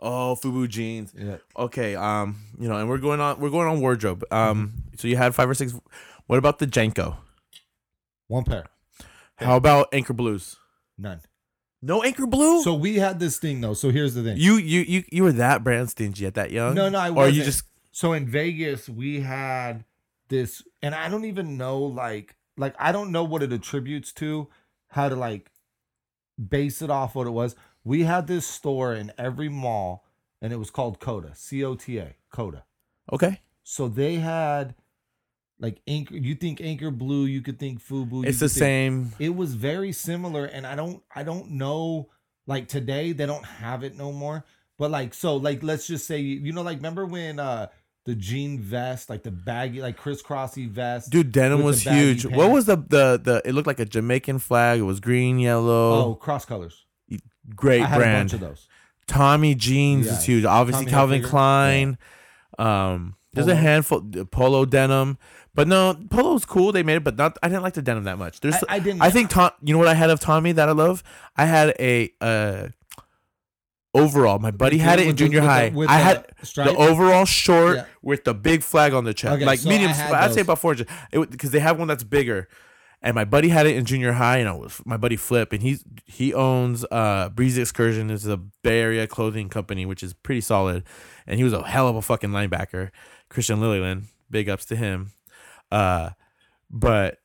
Speaker 1: oh fubu jeans
Speaker 2: yeah
Speaker 1: Okay, um, you know, and we're going on we're going on wardrobe. Um, so you had five or six. What about the Janko?
Speaker 2: one pair
Speaker 1: How about Anchor Blues?
Speaker 2: none
Speaker 1: No Anchor Blue.
Speaker 2: so we had this thing though so here's the thing
Speaker 1: you you you you were that brand stingy at that young.
Speaker 2: No, no, I
Speaker 1: Or you
Speaker 2: wasn't.
Speaker 1: just
Speaker 2: so in Vegas we had this and I don't even know like like I don't know what it attributes to how to like base it off what it was. We had this store in every mall and it was called Coda, C O T A, Coda.
Speaker 1: okay.
Speaker 2: So they had like anchor you think anchor blue, you could think Fubu. you
Speaker 1: It's the
Speaker 2: could think-
Speaker 1: same.
Speaker 2: it was very similar and i don't i don't know like today they don't have it no more but like so like let's just say you know like remember when uh the jean vest like the baggy like crisscrossy vest
Speaker 1: Dude, denim
Speaker 2: with
Speaker 1: was
Speaker 2: the baggy
Speaker 1: huge. What
Speaker 2: pants.
Speaker 1: was the the the? It looked like a Jamaican flag. It was green,
Speaker 2: oh
Speaker 1: yellow.
Speaker 2: cross colors
Speaker 1: great
Speaker 2: i had a bunch
Speaker 1: brand.
Speaker 2: of those
Speaker 1: Tommy jeans
Speaker 2: Yeah.
Speaker 1: is huge. Obviously
Speaker 2: Tommy
Speaker 1: Calvin
Speaker 2: Hilfiger.
Speaker 1: Klein. Um, there's a
Speaker 2: Polo.
Speaker 1: handful polo denim, but no polo's cool. They made it, but not. I didn't like the denim that much. There's
Speaker 2: I, I didn't
Speaker 1: I think Tom. You know what I had of Tommy that I love? I had a uh, overall. My buddy had it in
Speaker 2: With the-
Speaker 1: junior
Speaker 2: with the-
Speaker 1: high.
Speaker 2: with
Speaker 1: I
Speaker 2: the
Speaker 1: had
Speaker 2: stripe?
Speaker 1: the overall short
Speaker 2: Yeah.
Speaker 1: with the big flag on the chest,
Speaker 2: Okay,
Speaker 1: like
Speaker 2: so
Speaker 1: medium.
Speaker 2: I
Speaker 1: flag.
Speaker 2: had
Speaker 1: I'd say
Speaker 2: those.
Speaker 1: about four inches, because they have one that's bigger. And my buddy had it in junior high, and I was my buddy Flip, and he's he owns uh Breeze Excursion, is a Bay Area clothing company, which is pretty solid. And he was a hell of a fucking linebacker, Christian Lilliland. Big ups to him. Uh, but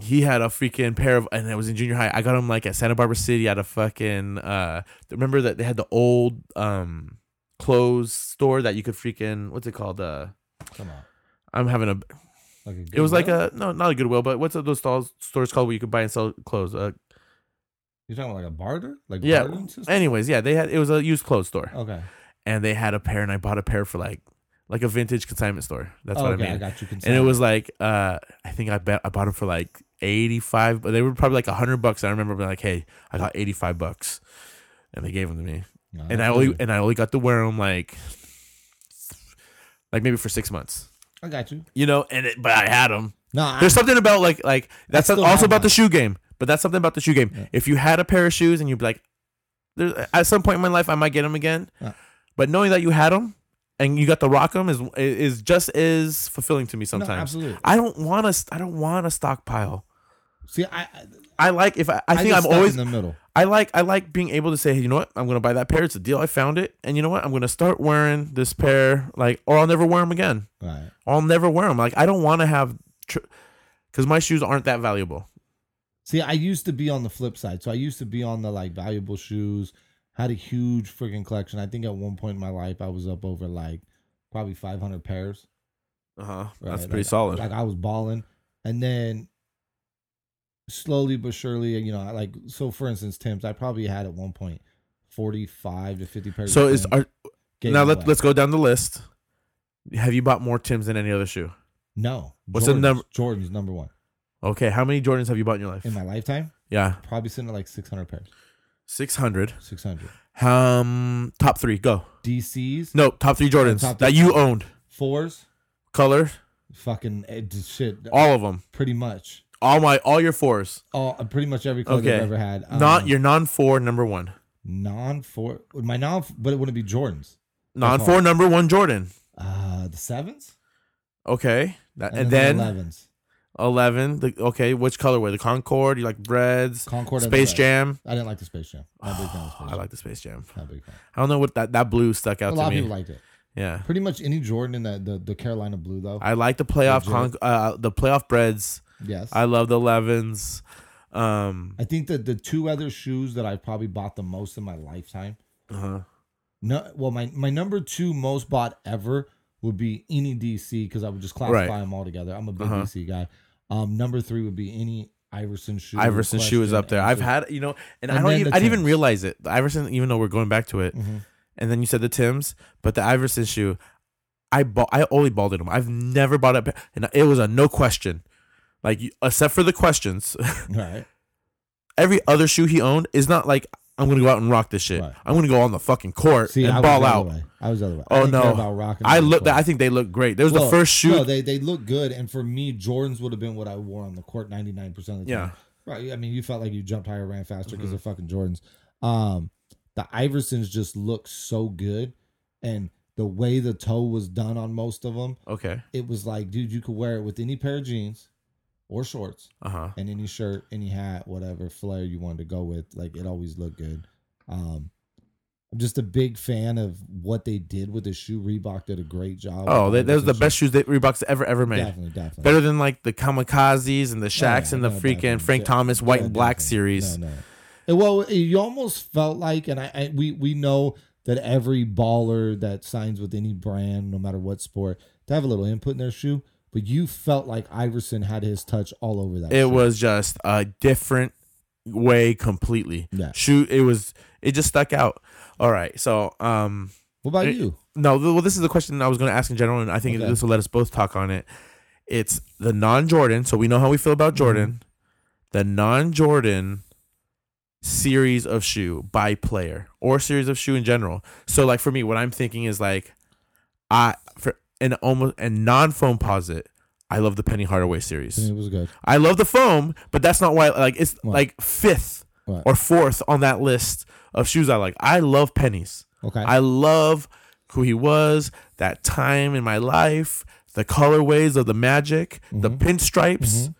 Speaker 1: he had a freaking pair of, and it was in junior high. I got him like at Santa Barbara City at a fucking. Uh, remember that they had the old um clothes store that you could freaking what's it called? Uh,
Speaker 2: come on
Speaker 1: I'm having a.
Speaker 2: like a
Speaker 1: It was like
Speaker 2: Goodwill?
Speaker 1: a no, not a Goodwill, but what's those stalls stores called where you could buy and sell clothes? Uh,
Speaker 2: you're talking about like a barter like
Speaker 1: Yeah,
Speaker 2: bartering system?
Speaker 1: anyways, yeah, they had it was a used clothes store,
Speaker 2: okay
Speaker 1: and they had a pair, and I bought a pair for like like a vintage consignment store. That's
Speaker 2: okay
Speaker 1: what I mean.
Speaker 2: got you consent.
Speaker 1: and it was like uh i think i bet i bought them for like 85 but they were probably like 100 bucks and i remember being like hey i got 85 bucks and they gave them to me
Speaker 2: No,
Speaker 1: and i
Speaker 2: that's
Speaker 1: only
Speaker 2: good.
Speaker 1: and i only got to wear them like like maybe for six months
Speaker 2: i got you
Speaker 1: you know and it, but i had them
Speaker 2: no I,
Speaker 1: there's something about like like that's
Speaker 2: still
Speaker 1: also
Speaker 2: have
Speaker 1: about the
Speaker 2: mine.
Speaker 1: shoe game but that's something about the shoe game
Speaker 2: Yeah.
Speaker 1: if you had a pair of shoes and you'd be like there's at some point in my life i might get them again
Speaker 2: Yeah.
Speaker 1: but knowing that you had them and you got to rock them is is just as fulfilling to me
Speaker 2: no,
Speaker 1: sometimes
Speaker 2: absolutely
Speaker 1: I don't want to. I don't want to stockpile.
Speaker 2: See, I I,
Speaker 1: I like if I, I think
Speaker 2: just
Speaker 1: I'm
Speaker 2: stuck
Speaker 1: always
Speaker 2: in the middle.
Speaker 1: I like I like being able to say, hey, you know what, I'm gonna buy that pair. It's a deal. I found it, and you know what, I'm gonna start wearing this pair, like, or I'll never wear them again.
Speaker 2: Right.
Speaker 1: I'll never wear them. Like, I don't want to have, because my shoes aren't that valuable.
Speaker 2: See, I used to be on the flip side. So I used to be on the like valuable shoes, had a huge freaking collection. I think at one point in my life, I was up over like probably 500 pairs.
Speaker 1: Uh huh. That's
Speaker 2: Right,
Speaker 1: pretty
Speaker 2: like-
Speaker 1: solid.
Speaker 2: Like I was balling. And then slowly but surely, you know, I like, so for instance, Tim's, I probably had at one point 45 to 50 pairs.
Speaker 1: so
Speaker 2: of
Speaker 1: is
Speaker 2: Timbs.
Speaker 1: are
Speaker 2: Gave
Speaker 1: now
Speaker 2: them
Speaker 1: let
Speaker 2: away.
Speaker 1: let's go down the list. Have you bought more Tims than any other shoe?
Speaker 2: No.
Speaker 1: What's the
Speaker 2: Jordan's-
Speaker 1: number-
Speaker 2: Jordan's number one.
Speaker 1: Okay, how many Jordans have you bought in your life?
Speaker 2: In my lifetime,
Speaker 1: yeah,
Speaker 2: probably sitting at like 600 pairs.
Speaker 1: six hundred.
Speaker 2: 600.
Speaker 1: Um, top three, go.
Speaker 2: DCs,
Speaker 1: No, top three Jordans
Speaker 2: top
Speaker 1: that
Speaker 2: three.
Speaker 1: you owned,
Speaker 2: fours,
Speaker 1: color,
Speaker 2: fucking eh, d- shit.
Speaker 1: all of them,
Speaker 2: pretty much.
Speaker 1: all my, all your fours.
Speaker 2: All uh, pretty much every color
Speaker 1: Okay.
Speaker 2: I've ever had.
Speaker 1: Not
Speaker 2: Um,
Speaker 1: your non four number one.
Speaker 2: non four. My non, but it wouldn't be Jordans.
Speaker 1: Non
Speaker 2: all.
Speaker 1: four number one Jordan.
Speaker 2: Uh the sevens
Speaker 1: Okay. That, Uh, and, then,
Speaker 2: elevens.
Speaker 1: 11. the, okay. Which colorway? The Concord? You like Reds?
Speaker 2: Concord and the
Speaker 1: Space
Speaker 2: Red.
Speaker 1: Jam?
Speaker 2: I didn't like the Space Jam.
Speaker 1: [sighs]
Speaker 2: Not a big fan of Space
Speaker 1: I
Speaker 2: Jam.
Speaker 1: like the Space Jam.
Speaker 2: Not a big fan.
Speaker 1: I don't know what that, that blue stuck
Speaker 2: A
Speaker 1: out
Speaker 2: lot
Speaker 1: to
Speaker 2: of
Speaker 1: me.
Speaker 2: people liked it.
Speaker 1: yeah.
Speaker 2: Pretty much any Jordan in the the, the Carolina blue though.
Speaker 1: I like the playoff con-
Speaker 2: Legit.
Speaker 1: uh, the playoff breads.
Speaker 2: yes.
Speaker 1: I
Speaker 2: I,
Speaker 1: love the 11s. Um,
Speaker 2: think that the two other shoes that I probably bought the most in my lifetime.
Speaker 1: uh-huh.
Speaker 2: No, well my my number two most bought ever would be any DC because I would just classify
Speaker 1: Right.
Speaker 2: them all together. I'm a big
Speaker 1: Uh-huh.
Speaker 2: DC guy. Um, number three would be any Iverson shoe.
Speaker 1: Iverson shoe is up there. I've had, you know, and, I
Speaker 2: And
Speaker 1: don't
Speaker 2: then
Speaker 1: even,
Speaker 2: the
Speaker 1: I didn't even
Speaker 2: Timbs.
Speaker 1: realize it. The Iverson, even though we're going back to it,
Speaker 2: hmm
Speaker 1: and then you said the Tims, but the Iverson shoe, I bought. I only balded them. I've never bought a pair, and it was a no question. Like you- except for the questions, [laughs]
Speaker 2: Right.
Speaker 1: every other shoe he owned is not like I'm gonna go out and rock this shit.
Speaker 2: Right.
Speaker 1: I'm gonna go on the fucking court
Speaker 2: See,
Speaker 1: Er,
Speaker 2: I
Speaker 1: and
Speaker 2: was
Speaker 1: ball
Speaker 2: the other
Speaker 1: out.
Speaker 2: Way. I was the other way.
Speaker 1: Oh,
Speaker 2: I didn't care
Speaker 1: no.
Speaker 2: about rocking
Speaker 1: I
Speaker 2: them
Speaker 1: look.
Speaker 2: before.
Speaker 1: I think they look great. There was
Speaker 2: Well,
Speaker 1: the first shoe.
Speaker 2: No, they they look good, and for me, Jordans would have been what I wore on the court ninety nine percent of the
Speaker 1: yeah, Mm-hmm.
Speaker 2: time. Right. I mean, you felt like you jumped higher, ran faster because they're fucking Jordans. Um, the Iversons just look so good, and the way the toe was done on most of them,
Speaker 1: okay,
Speaker 2: it was like, dude, you could wear it with any pair of jeans or shorts
Speaker 1: uh huh.
Speaker 2: and any shirt, any hat, whatever flair you wanted to go with. Like it always looked good. Um, I'm just a big fan of what they did with the shoe. Reebok did a great job.
Speaker 1: Oh,
Speaker 2: with
Speaker 1: they, those
Speaker 2: all
Speaker 1: are the
Speaker 2: different
Speaker 1: best shoes that Reebok's ever ever
Speaker 2: shoes.
Speaker 1: made.
Speaker 2: Definitely, definitely.
Speaker 1: Better than like the kamikazes and the shacks
Speaker 2: yeah,
Speaker 1: and the
Speaker 2: no,
Speaker 1: freaking
Speaker 2: definitely.
Speaker 1: Frank
Speaker 2: Yeah,
Speaker 1: Thomas white
Speaker 2: Yeah,
Speaker 1: and black
Speaker 2: definitely.
Speaker 1: series.
Speaker 2: No, no. And, Well, you almost felt like, and I, I we we know that every baller that signs with any brand, no matter what sport, to have a little input in their shoe. But you felt like Iverson had his touch all over that.
Speaker 1: it
Speaker 2: shoe.
Speaker 1: was just a different way completely.
Speaker 2: Yeah.
Speaker 1: Shoot, it was it just stuck out. All right, so um,
Speaker 2: What about
Speaker 1: it-
Speaker 2: you?
Speaker 1: no, th- well, this is the question I was going to ask in general, and I think
Speaker 2: Okay.
Speaker 1: this will let us both talk on it. It's the non-Jordan, so we know how we feel
Speaker 2: Mm-hmm.
Speaker 1: about Jordan. The non-Jordan series of shoe by player or series of shoe in general. So, like for me, what I'm thinking is like, I for an almost and non-foam posit. I love the Penny Hardaway series.
Speaker 2: It was good.
Speaker 1: I love the foam, but that's not why. Like it's
Speaker 2: Mm. Right.
Speaker 1: like fifth
Speaker 2: Right.
Speaker 1: or fourth on that list of shoes I like. I love pennies.
Speaker 2: Okay.
Speaker 1: I love who he was, that time in my life, the colorways of the magic, the
Speaker 2: Mm-hmm.
Speaker 1: pinstripes.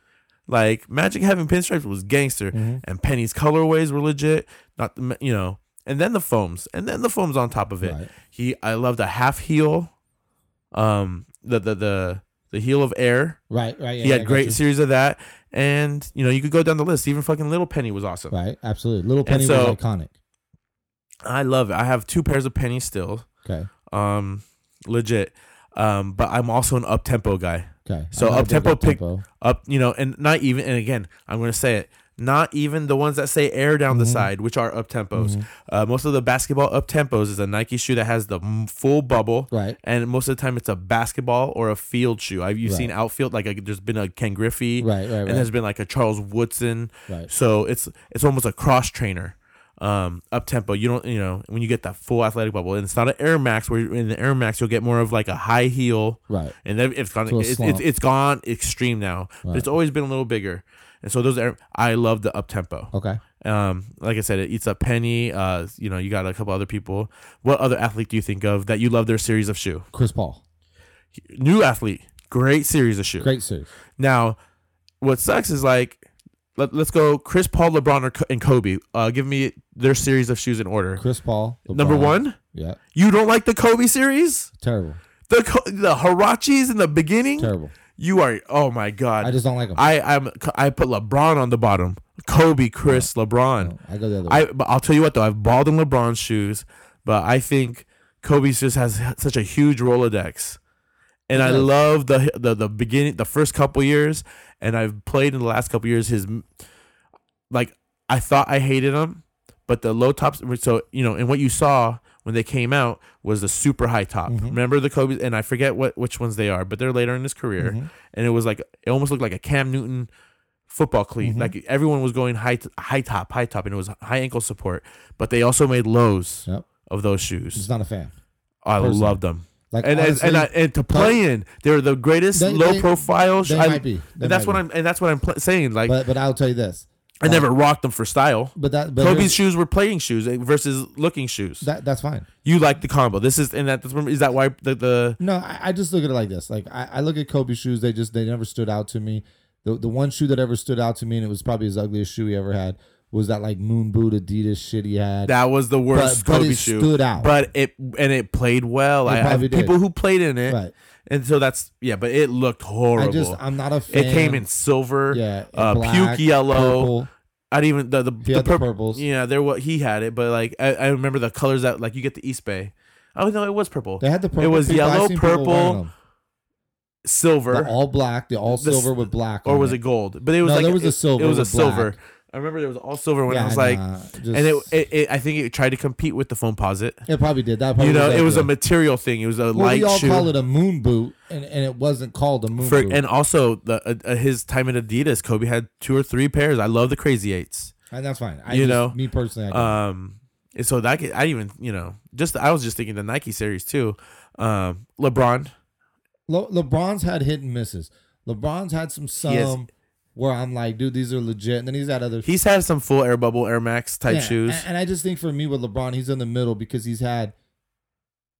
Speaker 1: Like magic having pinstripes was gangster,
Speaker 2: Mm-hmm.
Speaker 1: and pennies colorways were legit. Not the you know, and then the foams, and then the foams on top of it.
Speaker 2: Right.
Speaker 1: He I love the half heel, um, the the the the heel of air
Speaker 2: right. Right. Yeah,
Speaker 1: he
Speaker 2: yeah, I
Speaker 1: had
Speaker 2: got
Speaker 1: great
Speaker 2: you.
Speaker 1: series of that, and you know you could go down the list. Even fucking Little Penny was awesome.
Speaker 2: Right. Absolutely. Little Penny
Speaker 1: so-
Speaker 2: was iconic.
Speaker 1: I love it. I have two pairs of pennies still,
Speaker 2: Okay.
Speaker 1: um, legit. Um, but I'm also an up tempo guy.
Speaker 2: Okay.
Speaker 1: So
Speaker 2: I'm not a
Speaker 1: up
Speaker 2: big
Speaker 1: tempo pick
Speaker 2: up-tempo.
Speaker 1: Up, you know, and not even. And again, I'm gonna say it. Not even the ones that say air down
Speaker 2: Mm-hmm.
Speaker 1: the side, which are up tempos. Uh, most of the basketball up tempos is a Nike shoe that has the m- full bubble.
Speaker 2: Right.
Speaker 1: And most of the time, it's a basketball or a field shoe. I've, you've
Speaker 2: Right.
Speaker 1: seen outfield like a, there's been a Ken Griffey,
Speaker 2: Right. Right.
Speaker 1: and
Speaker 2: Right.
Speaker 1: there's been like a Charles Woodson.
Speaker 2: Right.
Speaker 1: So it's it's almost a cross trainer, um, up tempo. You don't you know when you get that full athletic bubble, and it's not an Air Max where you're- in the Air Max you'll get more of like a high heel,
Speaker 2: Right.
Speaker 1: and then it's gone
Speaker 2: To a
Speaker 1: it's,
Speaker 2: slump.
Speaker 1: it's, it's gone extreme now, but it's
Speaker 2: Right.
Speaker 1: always been a little bigger. And so those Air, I love the up tempo.
Speaker 2: Okay.
Speaker 1: Um, like I said, it eats up Penny. Uh, you know you got a couple other people. What other athlete do you think of that you love their series of shoe?
Speaker 2: Chris Paul.
Speaker 1: New athlete, great series of shoe.
Speaker 2: Great series.
Speaker 1: Now, what sucks is like Let, let's go Chris Paul, LeBron, or, K- and Kobe. Uh, give me their series of shoes in order.
Speaker 2: Chris Paul.
Speaker 1: Number
Speaker 2: LeBron.
Speaker 1: one,
Speaker 2: Yeah.
Speaker 1: you don't like the Kobe series?
Speaker 2: Terrible.
Speaker 1: The Co- the Harachis in the beginning?
Speaker 2: Terrible.
Speaker 1: You are oh my god.
Speaker 2: I just don't like him.
Speaker 1: I I'm I put LeBron on the bottom. Kobe, Chris, LeBron.
Speaker 2: I go the other way.
Speaker 1: I but I'll tell you what though, I've balled in LeBron's shoes, but I think Kobe just has such a huge Rolodex. And I
Speaker 2: He does.
Speaker 1: love the the the beginning the first couple years and I've played in the last couple years his like I thought I hated him, but the low tops so you know, and what you saw when they came out was the super high top.
Speaker 2: Mhm.
Speaker 1: Remember the Kobe and I forget what which ones they are, but they're later in his career
Speaker 2: Mhm.
Speaker 1: and it was like it almost looked like a Cam Newton football cleat.
Speaker 2: Mhm.
Speaker 1: Like everyone was going high t- high top, high top, and it was high ankle support. But they also made lows
Speaker 2: Yep.
Speaker 1: of those
Speaker 2: Just
Speaker 1: shoes.
Speaker 2: not a fan.
Speaker 1: I
Speaker 2: Mm-hmm. personally.
Speaker 1: loved them.
Speaker 2: Like
Speaker 1: And
Speaker 2: honestly,
Speaker 1: and, and, I, and to play in, they're the greatest
Speaker 2: They-
Speaker 1: low
Speaker 2: they-
Speaker 1: profile. sh-
Speaker 2: they
Speaker 1: I-
Speaker 2: might be. They
Speaker 1: and that's
Speaker 2: might
Speaker 1: what
Speaker 2: be.
Speaker 1: I'm and that's what I'm pl- saying. Like
Speaker 2: But but I'll tell you this.
Speaker 1: I never rocked them for style.
Speaker 2: But that but
Speaker 1: Kobe's
Speaker 2: here's-
Speaker 1: shoes were playing shoes eh, versus looking shoes.
Speaker 2: that that's fine.
Speaker 1: you like the combo. This is and that is that why the, the
Speaker 2: No, I, I just look at it like this. Like I, I look at Kobe's shoes. They just they never stood out to me. The the one shoe that ever stood out to me, and it was probably his ugliest shoe he ever had, was that like moon boot Adidas shit he had.
Speaker 1: that was the worst
Speaker 2: But- but
Speaker 1: Kobe
Speaker 2: it
Speaker 1: shoe.
Speaker 2: stood out.
Speaker 1: but it and it played well. I have
Speaker 2: probably did.
Speaker 1: people who played in it.
Speaker 2: right.
Speaker 1: And so that's yeah, but it looked
Speaker 2: I
Speaker 1: horrible.
Speaker 2: just I'm not a
Speaker 1: it
Speaker 2: fan.
Speaker 1: came in silver,
Speaker 2: yeah,
Speaker 1: uh,
Speaker 2: black,
Speaker 1: puke yellow.
Speaker 2: purple.
Speaker 1: I didn't even the the,
Speaker 2: He
Speaker 1: the
Speaker 2: had the
Speaker 1: purple.
Speaker 2: purples.
Speaker 1: Yeah, there what he had it, but like I, I remember the colors that like you get the East Bay. Oh no, it was purple,
Speaker 2: They had the purple.
Speaker 1: was
Speaker 2: people. I've
Speaker 1: yellow,
Speaker 2: seen people wearing
Speaker 1: purple,
Speaker 2: them.
Speaker 1: silver,
Speaker 2: the all black, the all
Speaker 1: The s-
Speaker 2: silver with black.
Speaker 1: or
Speaker 2: on
Speaker 1: was
Speaker 2: it.
Speaker 1: it gold? But it was
Speaker 2: No,
Speaker 1: like
Speaker 2: there was a
Speaker 1: it-
Speaker 2: silver
Speaker 1: It was a
Speaker 2: with black.
Speaker 1: silver. I remember there was all silver when I
Speaker 2: Yeah,
Speaker 1: was like,
Speaker 2: nah, just-
Speaker 1: and it, it, it I think it tried to compete with the foam posit.
Speaker 2: it probably did. That probably
Speaker 1: you know, it was a
Speaker 2: ugly.
Speaker 1: material thing. It was a
Speaker 2: Well,
Speaker 1: light
Speaker 2: we all
Speaker 1: shoe.
Speaker 2: call it a moon boot, and, and it wasn't called a moon
Speaker 1: For,
Speaker 2: boot.
Speaker 1: and also the uh, uh, his time at Adidas, Kobe had two or three pairs. I love the Crazy Eights.
Speaker 2: And that's fine. I
Speaker 1: you
Speaker 2: just-
Speaker 1: know,
Speaker 2: me personally, I don't.
Speaker 1: Um, and so that could, I even you know just I was just thinking the Nike series too. Um, LeBron, uh,
Speaker 2: Le- LeBron's had hit and misses. LeBron's had some some
Speaker 1: has-
Speaker 2: where I'm like, dude, these are legit. And then he's had other
Speaker 1: he's had some full Air Bubble Air Max type
Speaker 2: Yeah,
Speaker 1: shoes.
Speaker 2: And, and I just think for me with LeBron, he's in the middle because he's had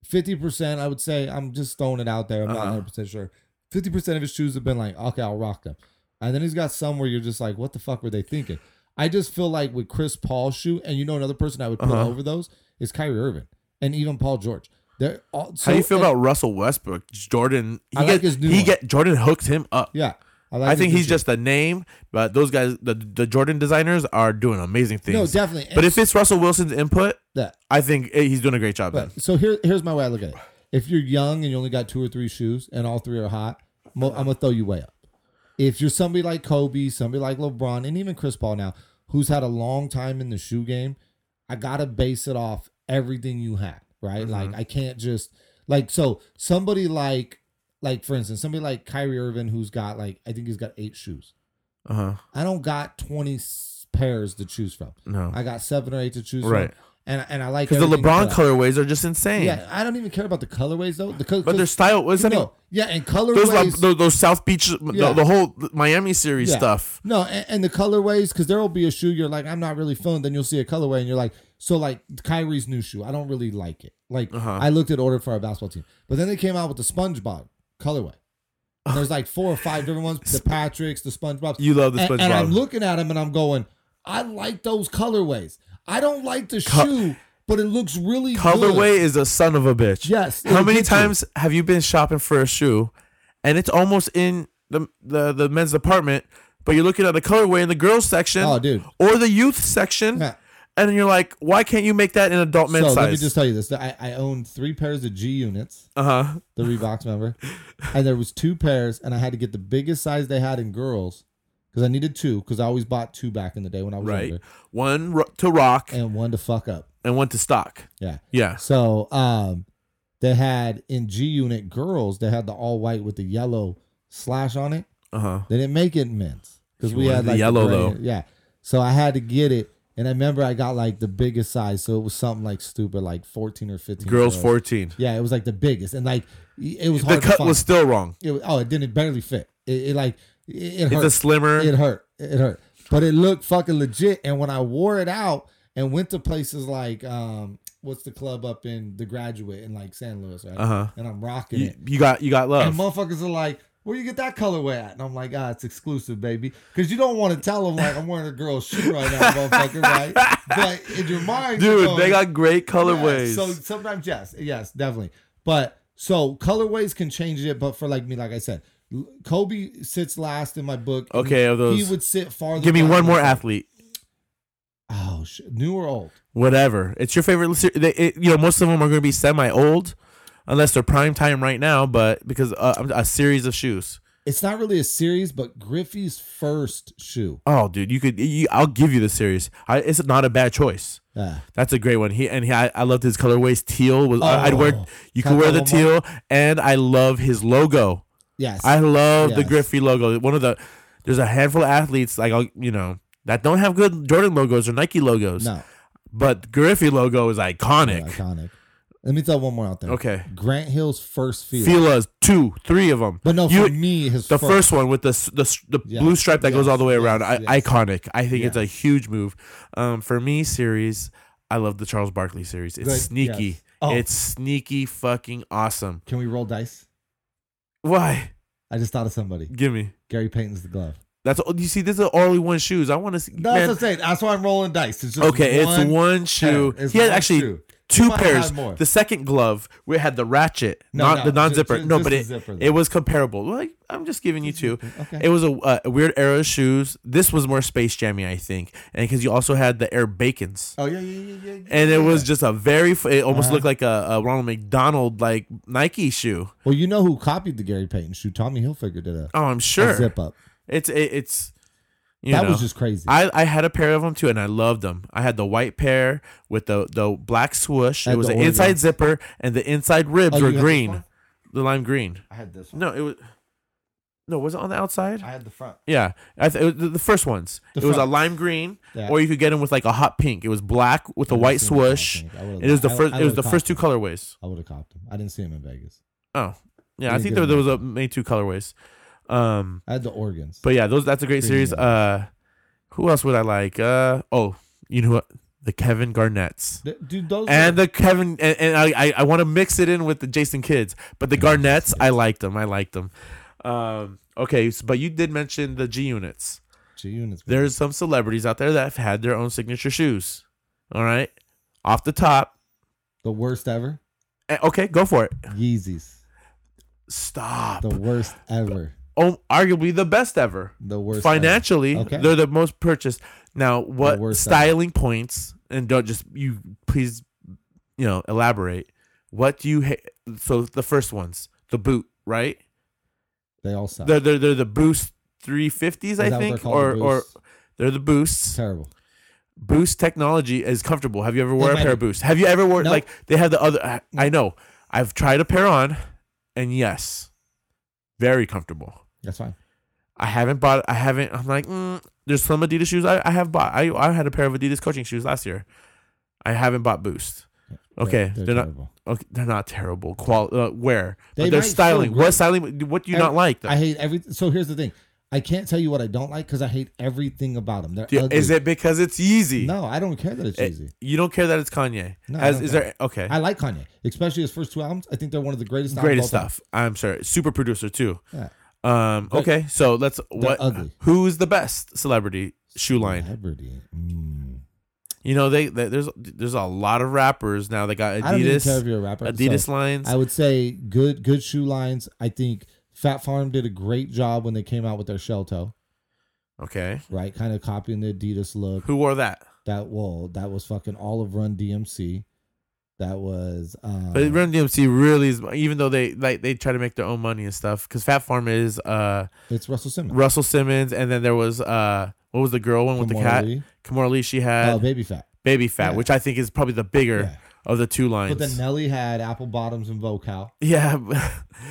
Speaker 2: fifty percent. I would say I'm just throwing it out there. I'm not
Speaker 1: Uh-huh.
Speaker 2: 100 percent sure. Fifty percent of his shoes have been like, okay, I'll rock them. And then he's got some where you're just like, what the fuck were they thinking? I just feel like with Chris Paul's shoe, and you know another person I would put
Speaker 1: Uh-huh.
Speaker 2: over those is Kyrie Irving and even Paul George. They're all.
Speaker 1: How do you feel
Speaker 2: and-
Speaker 1: about Russell Westbrook? Jordan, he
Speaker 2: uh, I like
Speaker 1: get-
Speaker 2: his new
Speaker 1: he
Speaker 2: one.
Speaker 1: get Jordan hooked him up.
Speaker 2: Yeah, like
Speaker 1: I
Speaker 2: his
Speaker 1: think
Speaker 2: new
Speaker 1: he's
Speaker 2: shoe.
Speaker 1: just a name, but those guys, the the Jordan designers are doing amazing
Speaker 2: no,
Speaker 1: things.
Speaker 2: definitely.
Speaker 1: but
Speaker 2: And
Speaker 1: if it's Russell Wilson's input,
Speaker 2: that,
Speaker 1: I think eh, he's doing a great job. Then.
Speaker 2: But so here, here's my way I look at it. If you're young and you only got two or three shoes, and all three are hot, mo- I'm gonna throw you way up. If you're somebody like Kobe, somebody like LeBron, and even Chris Paul now, who's had a long time in the shoe game, I gotta base it off everything you had,
Speaker 1: Mm-hmm.
Speaker 2: right? Like I can't just like so somebody like like for instance somebody like Kyrie Irving who's got like I think he's got eight shoes.
Speaker 1: Uh huh.
Speaker 2: I don't got twenty s- pairs to choose from.
Speaker 1: No,
Speaker 2: I got seven or eight to choose
Speaker 1: Oh. Right.
Speaker 2: from, and and I like
Speaker 1: because the
Speaker 2: everything
Speaker 1: LeBron
Speaker 2: about it.
Speaker 1: colorways are just insane.
Speaker 2: Yeah, I don't even care about the colorways though. The co-
Speaker 1: but their style was
Speaker 2: no,
Speaker 1: I mean,
Speaker 2: yeah, and
Speaker 1: those, like,
Speaker 2: colorways.
Speaker 1: those those South Beach,
Speaker 2: Yeah.
Speaker 1: the, the whole Miami series
Speaker 2: Yeah.
Speaker 1: stuff.
Speaker 2: no, and, and the colorways because there will be a shoe you're like, I'm not really feeling. Then you'll see a colorway and you're like, so like Kyrie's new shoe, I don't really like it. Like
Speaker 1: Uh-huh.
Speaker 2: I looked at order for our basketball team, but then they came out with the SpongeBob colorway. And there's like four or five different
Speaker 1: [laughs]
Speaker 2: ones: the Patricks, the SpongeBob's.
Speaker 1: You love the
Speaker 2: and,
Speaker 1: SpongeBob.
Speaker 2: and I'm looking at them and I'm going, I like those colorways. I don't like the shoe, but it looks really
Speaker 1: Colorway
Speaker 2: Good.
Speaker 1: is a son of a bitch.
Speaker 2: Yes.
Speaker 1: How
Speaker 2: it'll
Speaker 1: many
Speaker 2: get you.
Speaker 1: times have you been shopping for a shoe, and it's almost in the the, the men's department, but you're looking at the colorway in the girls section,
Speaker 2: Oh, dude.
Speaker 1: or the youth section,
Speaker 2: Yeah.
Speaker 1: and you're like, why can't you make that in adult men's
Speaker 2: so let me
Speaker 1: Oh, size?
Speaker 2: just tell you this: I, I owned three pairs of G units,
Speaker 1: uh huh.
Speaker 2: the Reeboks, remember? and there was two pairs, and I had to get the biggest size they had in girls because I needed two because I always bought two back in the day when I was
Speaker 1: Right.
Speaker 2: younger,
Speaker 1: One ro- to rock
Speaker 2: and one to fuck up.
Speaker 1: and one to stock.
Speaker 2: Yeah.
Speaker 1: Yeah.
Speaker 2: So um, they had in G unit girls, they had the all white with the yellow slash on it.
Speaker 1: Uh huh.
Speaker 2: They didn't make it in men's because
Speaker 1: You
Speaker 2: we
Speaker 1: wanted
Speaker 2: had
Speaker 1: the
Speaker 2: like
Speaker 1: yellow,
Speaker 2: gray-
Speaker 1: though.
Speaker 2: Yeah. So I had to get it. And I remember I got like the biggest size, so it was something like stupid, like fourteen or fifteen.
Speaker 1: Girls 14.
Speaker 2: Yeah, it was like the biggest, and like it was
Speaker 1: The
Speaker 2: hard. to
Speaker 1: cut
Speaker 2: find.
Speaker 1: was still wrong.
Speaker 2: It was- oh, it didn't it barely fit. It, it like it, it
Speaker 1: It's a
Speaker 2: hurt.
Speaker 1: slimmer.
Speaker 2: It hurt. It hurt. But it looked fucking legit. And when I wore it out and went to places like um, what's the club up in the Graduate in like San Luis, right?
Speaker 1: Uh huh.
Speaker 2: And I'm rocking
Speaker 1: You,
Speaker 2: it.
Speaker 1: you got you got
Speaker 2: And
Speaker 1: love.
Speaker 2: motherfuckers are like, where you get that colorway at? And I'm like, ah, it's exclusive, baby. Because you don't want to tell them, like, I'm wearing a girl's shoe right now,
Speaker 1: [laughs]
Speaker 2: motherfucker, right? But in your mind, you're
Speaker 1: Dude,
Speaker 2: going,
Speaker 1: they got great colorways.
Speaker 2: yeah, so sometimes, yes, yes, definitely. But so colorways can change it. But for like me, like I said, L- Kobe sits last in my book. and
Speaker 1: okay, of
Speaker 2: He
Speaker 1: those.
Speaker 2: would sit farther.
Speaker 1: give me
Speaker 2: down
Speaker 1: one
Speaker 2: than-
Speaker 1: more athlete.
Speaker 2: Oh, sh- new or old?
Speaker 1: Whatever. It's your favorite. se- They, it, you know, most of them are going to be semi-old, unless they're prime time right now. But because uh, a series of shoes.
Speaker 2: It's not really a series, but Griffey's first shoe.
Speaker 1: Oh, dude, you could. You, I'll give you the series. I, it's not a bad choice.
Speaker 2: Yeah.
Speaker 1: That's a great one. He and he, I, I loved his colorways. Teal was. I- I'd wear.
Speaker 2: Oh,
Speaker 1: You could wear the
Speaker 2: Capello
Speaker 1: teal, and I love his logo.
Speaker 2: Yes.
Speaker 1: I love the
Speaker 2: Yes.
Speaker 1: Griffey logo. One of the there's a handful of athletes like I'll- you know that don't have good Jordan logos or Nike logos,
Speaker 2: no.
Speaker 1: but Griffey logo is iconic.
Speaker 2: Iconic. Let me throw one more out there.
Speaker 1: Okay,
Speaker 2: Grant Hill's first field.
Speaker 1: Fila's two, three of them.
Speaker 2: But no,
Speaker 1: You-
Speaker 2: for me, his
Speaker 1: The
Speaker 2: first.
Speaker 1: first one with the s- the, s- the
Speaker 2: Yes,
Speaker 1: blue stripe that goes
Speaker 2: yes,
Speaker 1: all the way around,
Speaker 2: yes,
Speaker 1: I,
Speaker 2: yes.
Speaker 1: iconic. I think it's a huge move. Um, for me, series, I love the Charles Barkley series. It's
Speaker 2: Good,
Speaker 1: sneaky.
Speaker 2: yes. Oh.
Speaker 1: It's sneaky, fucking awesome.
Speaker 2: Can we roll dice?
Speaker 1: Why?
Speaker 2: I just thought of somebody.
Speaker 1: Give me.
Speaker 2: Gary Payton's the glove.
Speaker 1: That's all. You see, this is only one shoes. I want to see.
Speaker 2: No,
Speaker 1: man.
Speaker 2: that's what I'm saying. That's why I'm rolling dice. It's just
Speaker 1: Okay,
Speaker 2: one
Speaker 1: it's one
Speaker 2: pair.
Speaker 1: shoe.
Speaker 2: It's
Speaker 1: he had
Speaker 2: one
Speaker 1: actually
Speaker 2: shoe.
Speaker 1: two
Speaker 2: might have
Speaker 1: pairs.
Speaker 2: more.
Speaker 1: The second glove, we had the ratchet,
Speaker 2: No,
Speaker 1: not
Speaker 2: no,
Speaker 1: the
Speaker 2: ju-
Speaker 1: non-zipper.
Speaker 2: ju-
Speaker 1: no,
Speaker 2: just
Speaker 1: but
Speaker 2: the
Speaker 1: it,
Speaker 2: zipper,
Speaker 1: it
Speaker 2: though.
Speaker 1: was comparable. Like I'm just giving you two.
Speaker 2: Okay.
Speaker 1: It was a, uh, a weird era of shoes. This was more space jammy, I think, and because you also had the Air Bacon's.
Speaker 2: oh yeah, yeah, yeah, yeah.
Speaker 1: And it was just a very, f- it almost
Speaker 2: Uh-huh.
Speaker 1: looked like a, a Ronald McDonald like Nike shoe.
Speaker 2: Well, you know who copied the Gary Payton shoe? Tommy Hilfiger did a,
Speaker 1: Oh, I'm
Speaker 2: a
Speaker 1: sure.
Speaker 2: zip up.
Speaker 1: It's it, it's you
Speaker 2: That
Speaker 1: know.
Speaker 2: was just crazy.
Speaker 1: I, I had a pair of them too, and I loved them. I had the white pair with the, the black swoosh.
Speaker 2: And
Speaker 1: It was
Speaker 2: the
Speaker 1: an
Speaker 2: orange
Speaker 1: inside
Speaker 2: one.
Speaker 1: zipper, and the inside ribs
Speaker 2: Oh, you
Speaker 1: were
Speaker 2: had this
Speaker 1: green,
Speaker 2: one?
Speaker 1: the lime green.
Speaker 2: I had this
Speaker 1: No, it was no, was it on the outside?
Speaker 2: had the front.
Speaker 1: Yeah, I th- it was the- the first ones.
Speaker 2: The
Speaker 1: it was a
Speaker 2: front.
Speaker 1: lime green,
Speaker 2: Yeah.
Speaker 1: or you could get them with like a hot pink. It was black with a
Speaker 2: I've
Speaker 1: white
Speaker 2: seen that, I
Speaker 1: swoosh.
Speaker 2: think. I would've-
Speaker 1: It was the
Speaker 2: I-
Speaker 1: first.
Speaker 2: I
Speaker 1: It was the
Speaker 2: would've
Speaker 1: first two
Speaker 2: copped
Speaker 1: colorways.
Speaker 2: I would have copped him. I didn't see him in Vegas.
Speaker 1: Oh, yeah, I think
Speaker 2: Didn't get
Speaker 1: there,
Speaker 2: them
Speaker 1: there was a made two colorways. Um,
Speaker 2: I had the organs.
Speaker 1: But yeah, those that's a great series.
Speaker 2: Premium.
Speaker 1: Uh who else would I like? Uh oh, you know what? The Kevin Garnetts.
Speaker 2: Th- dude, those
Speaker 1: And
Speaker 2: are,
Speaker 1: the Kevin and, and I I, I want to mix it in with the Jason Kids, but the Garnets, I liked them. I liked them. Um okay, s- but you did mention the G units.
Speaker 2: G units.
Speaker 1: There's some celebrities out there that have had their own signature shoes. All right. Off the top.
Speaker 2: the worst ever.
Speaker 1: Eh, Okay, go for it.
Speaker 2: Yeezys.
Speaker 1: Stop.
Speaker 2: The worst ever.
Speaker 1: Oh, arguably the best ever.
Speaker 2: The worst. ever.
Speaker 1: financially
Speaker 2: Okay.
Speaker 1: they're the most purchased now what
Speaker 2: worst
Speaker 1: styling points and don't just you please you know elaborate what do you ha- so the first ones the boot right
Speaker 2: They all suck.
Speaker 1: they're, they're, they're the boost 350s i
Speaker 2: Is that what they're
Speaker 1: think
Speaker 2: called,
Speaker 1: or
Speaker 2: the
Speaker 1: or
Speaker 2: Boosts?
Speaker 1: they're the boosts
Speaker 2: Terrible.
Speaker 1: boost technology is comfortable have you ever worn a
Speaker 2: might
Speaker 1: pair of
Speaker 2: be.
Speaker 1: boosts have you ever worn
Speaker 2: No.
Speaker 1: like they have the other I, I know i've tried a pair on and yes very comfortable
Speaker 2: That's fine.
Speaker 1: I haven't bought. I haven't. I'm like, mm, there's some Adidas shoes I, I have bought. I I had a pair of Adidas coaching shoes last year. I haven't bought Boost. Okay, they're,
Speaker 2: They're, they're
Speaker 1: not.
Speaker 2: terrible.
Speaker 1: Okay, they're not terrible. Qual uh, wear,
Speaker 2: They
Speaker 1: but they're
Speaker 2: might still
Speaker 1: styling.
Speaker 2: grow.
Speaker 1: What styling? What do you not
Speaker 2: Every-
Speaker 1: like? Though?
Speaker 2: I hate every. So here's the thing. I can't tell you what I don't like because I hate everything about them. They're
Speaker 1: Do you-
Speaker 2: ugly.
Speaker 1: is it Eh, because it's Yeezy?
Speaker 2: No, I don't care that it's
Speaker 1: It-
Speaker 2: easy.
Speaker 1: you don't care that it's Kanye.
Speaker 2: No, I
Speaker 1: Has,
Speaker 2: don't
Speaker 1: is
Speaker 2: care.
Speaker 1: there okay?
Speaker 2: I like Kanye, especially his first two albums. I think they're one of the greatest. albums
Speaker 1: Greatest
Speaker 2: of all time.
Speaker 1: stuff. I'm sorry. Super producer too.
Speaker 2: Yeah.
Speaker 1: Um.
Speaker 2: Great.
Speaker 1: Okay. So let's what?
Speaker 2: ugly.
Speaker 1: Who's the best celebrity shoe line?
Speaker 2: Celebrity. Mm.
Speaker 1: You know they, they there's there's a lot of rappers now that got
Speaker 2: I don't even
Speaker 1: Adidas.
Speaker 2: care if you're a rapper.
Speaker 1: Adidas
Speaker 2: so
Speaker 1: lines.
Speaker 2: I would say good, good shoe lines. I think Fat Farm did a great job when they came out with their shell toe,
Speaker 1: Okay.
Speaker 2: right? Kind of copying the Adidas look.
Speaker 1: Who wore that?
Speaker 2: That whoa, that was fucking all of Run DMC. That was. Um,
Speaker 1: But Run DMC really is, even though they like they try to make their own money and stuff. Because Fat Farm is uh,
Speaker 2: it's Russell Simmons.
Speaker 1: Russell Simmons, and then there was uh, what was the girl one with the
Speaker 2: Kamora
Speaker 1: cat?
Speaker 2: Lee.
Speaker 1: Kimora Lee. She had
Speaker 2: Oh, baby fat.
Speaker 1: Baby Fat,
Speaker 2: yeah.
Speaker 1: which I think is probably the bigger
Speaker 2: Yeah.
Speaker 1: of the two lines. [laughs]
Speaker 2: But then Nelly had apple bottoms and vocal.
Speaker 1: yeah, but-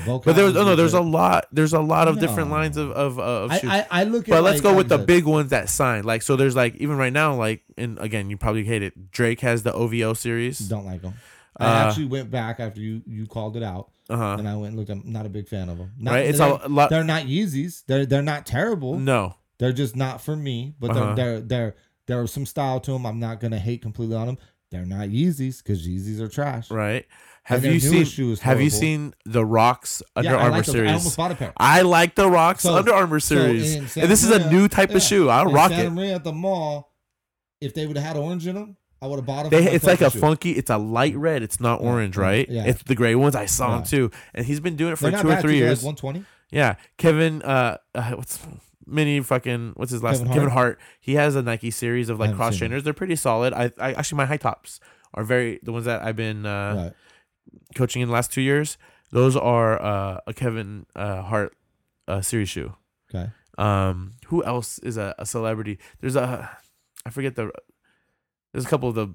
Speaker 2: Vocal.
Speaker 1: but there was oh no, there's a lot, there's a lot of
Speaker 2: No.
Speaker 1: different lines of of, uh, of shoes.
Speaker 2: I, I, I look at.
Speaker 1: but let's
Speaker 2: like-
Speaker 1: go with the
Speaker 2: like
Speaker 1: big ones that sign. Like so, there's like even right now, like and again, you probably hate it. Drake has the OVO series.
Speaker 2: Don't like them. I
Speaker 1: Uh,
Speaker 2: actually went back after you you called it out,
Speaker 1: Uh huh.
Speaker 2: and I went and looked. I'm not a big fan of them. Not,
Speaker 1: Right. It's
Speaker 2: they're,
Speaker 1: a lot.
Speaker 2: they're not Yeezys. They're they're not terrible.
Speaker 1: No.
Speaker 2: They're just not for me. But
Speaker 1: Uh-huh.
Speaker 2: they're they're they're there are some style to them. I'm not gonna hate completely on them. They're not Yeezys because Yeezys are trash.
Speaker 1: Right. Have
Speaker 2: their
Speaker 1: you
Speaker 2: newest
Speaker 1: seen
Speaker 2: shoe is
Speaker 1: Have you
Speaker 2: horrible.
Speaker 1: seen the Rocks Under
Speaker 2: yeah, I
Speaker 1: Armour
Speaker 2: like those.
Speaker 1: series?
Speaker 2: I almost bought a pair.
Speaker 1: I like the Rocks
Speaker 2: So-
Speaker 1: Under Armour
Speaker 2: so
Speaker 1: series.
Speaker 2: in Santa
Speaker 1: and this is a
Speaker 2: Maria-
Speaker 1: new type
Speaker 2: yeah,
Speaker 1: of shoe. I'll
Speaker 2: in
Speaker 1: rock
Speaker 2: Santa
Speaker 1: it.
Speaker 2: Maria at the mall. If they would have had orange in them, I would have bought them.
Speaker 1: They, it's like a funky. It's a light red. It's not
Speaker 2: Yeah,
Speaker 1: orange,
Speaker 2: yeah,
Speaker 1: right?
Speaker 2: yeah.
Speaker 1: It's the gray ones. I saw him
Speaker 2: Yeah.
Speaker 1: too, and he's been doing it for two or three years.
Speaker 2: One twenty.
Speaker 1: Yeah, Kevin. Uh, uh, what's mini fucking? What's his last
Speaker 2: Kevin
Speaker 1: name? Kevin Hart. He has a Nike series of like
Speaker 2: haven't seen
Speaker 1: cross
Speaker 2: it.
Speaker 1: trainers. They're pretty solid. I, I actually my high tops are very the ones that I've been uh,
Speaker 2: Right.
Speaker 1: coaching in the last two years. Those are uh, a Kevin uh, Hart uh, series shoe.
Speaker 2: Okay.
Speaker 1: Um, who else is a, a celebrity? There's a, I forget the. There's a couple of the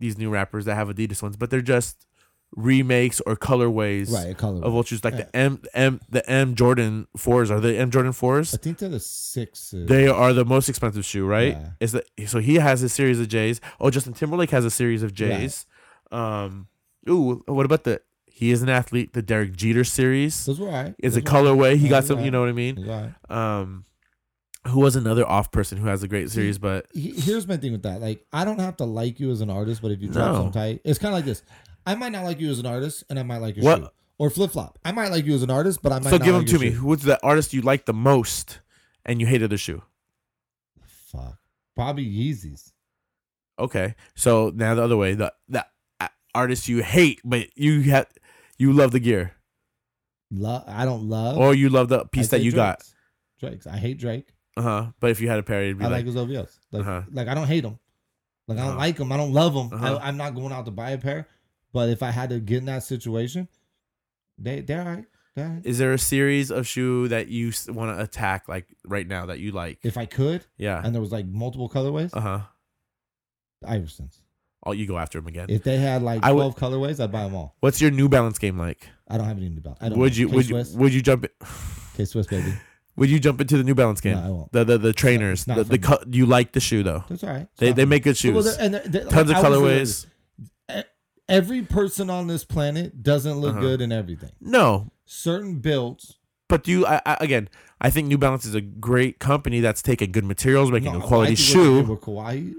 Speaker 1: these new rappers that have Adidas ones, but they're just remakes or colorways
Speaker 2: Right. A color.
Speaker 1: of old shoes. Like
Speaker 2: Yeah.
Speaker 1: the M M the M Jordan fours are the M Jordan fours.
Speaker 2: I think they're the sixes.
Speaker 1: They are the most expensive shoe, right?
Speaker 2: Yeah.
Speaker 1: Is that so? He has a series of J's. Oh, Justin Timberlake has a series of J's. Um, ooh, what about the? He is an athlete. The Derek Jeter series
Speaker 2: Those were alright.
Speaker 1: is a
Speaker 2: Those were alright.
Speaker 1: colorway. He
Speaker 2: Yeah,
Speaker 1: got
Speaker 2: those
Speaker 1: some.
Speaker 2: were
Speaker 1: You know what I mean?
Speaker 2: Those were alright.
Speaker 1: Um, who was another off person who has a great series, but
Speaker 2: He- Here's my thing with that. Like, I don't have to like you as an artist, but if you drop
Speaker 1: No.
Speaker 2: some tight, it's kind of like this. I might not like you as an artist, and I might like your
Speaker 1: What-
Speaker 2: shoe. Or flip flop. I might like you as an artist, but I
Speaker 1: so
Speaker 2: might not
Speaker 1: give them
Speaker 2: like
Speaker 1: to
Speaker 2: your
Speaker 1: me.
Speaker 2: shoe.
Speaker 1: Who's the artist you like the most, and you hated the shoe?
Speaker 2: Fuck. Probably Yeezys.
Speaker 1: Okay, so now the other way, the the uh, artist you hate, but you have you love the gear,
Speaker 2: Love. I don't love.
Speaker 1: or you love the
Speaker 2: I
Speaker 1: piece that
Speaker 2: say
Speaker 1: you got.
Speaker 2: Drake's. Drake's. I hate Drake.
Speaker 1: Uh huh. But if you had a pair, it'd be
Speaker 2: I
Speaker 1: like,
Speaker 2: like his OVOs. Like,
Speaker 1: Uh-huh.
Speaker 2: like I don't hate them. Like I don't
Speaker 1: Uh-huh.
Speaker 2: like them. I don't love them.
Speaker 1: Uh-huh.
Speaker 2: I, I'm not going out to buy a pair. But if I had to get in that situation, they they're all right. They're all right.
Speaker 1: is there a series of shoe that you want to attack like right now that you like?
Speaker 2: If I could,
Speaker 1: yeah.
Speaker 2: and there was like multiple colorways,
Speaker 1: Uh huh.
Speaker 2: Iversons.
Speaker 1: Oh, you go after him again.
Speaker 2: If they had like
Speaker 1: I would-
Speaker 2: twelve colorways, I'd buy them all.
Speaker 1: What's your New Balance game like?
Speaker 2: I don't have any new belt. I don't
Speaker 1: Would
Speaker 2: know.
Speaker 1: you would you,
Speaker 2: K-Swiss?
Speaker 1: would you jump?
Speaker 2: K Swiss baby?
Speaker 1: [sighs] Would you jump into the New Balance game?
Speaker 2: No, I won't.
Speaker 1: The the, the trainers.
Speaker 2: not
Speaker 1: The, the
Speaker 2: for
Speaker 1: co- you like the shoe though.
Speaker 2: That's all right. It's
Speaker 1: They
Speaker 2: not
Speaker 1: they
Speaker 2: for me.
Speaker 1: make good
Speaker 2: Well,
Speaker 1: shoes.
Speaker 2: they're- and they're- they're-
Speaker 1: Tons of
Speaker 2: I would say this.
Speaker 1: colorways.
Speaker 2: Every person on this planet doesn't look
Speaker 1: Uh-huh.
Speaker 2: good in everything.
Speaker 1: No,
Speaker 2: Certain builds
Speaker 1: but do you? I, I, again, I think New Balance is a great company that's taking good materials, making
Speaker 2: No,
Speaker 1: a quality
Speaker 2: I think what they did
Speaker 1: shoe.
Speaker 2: with Kawhi.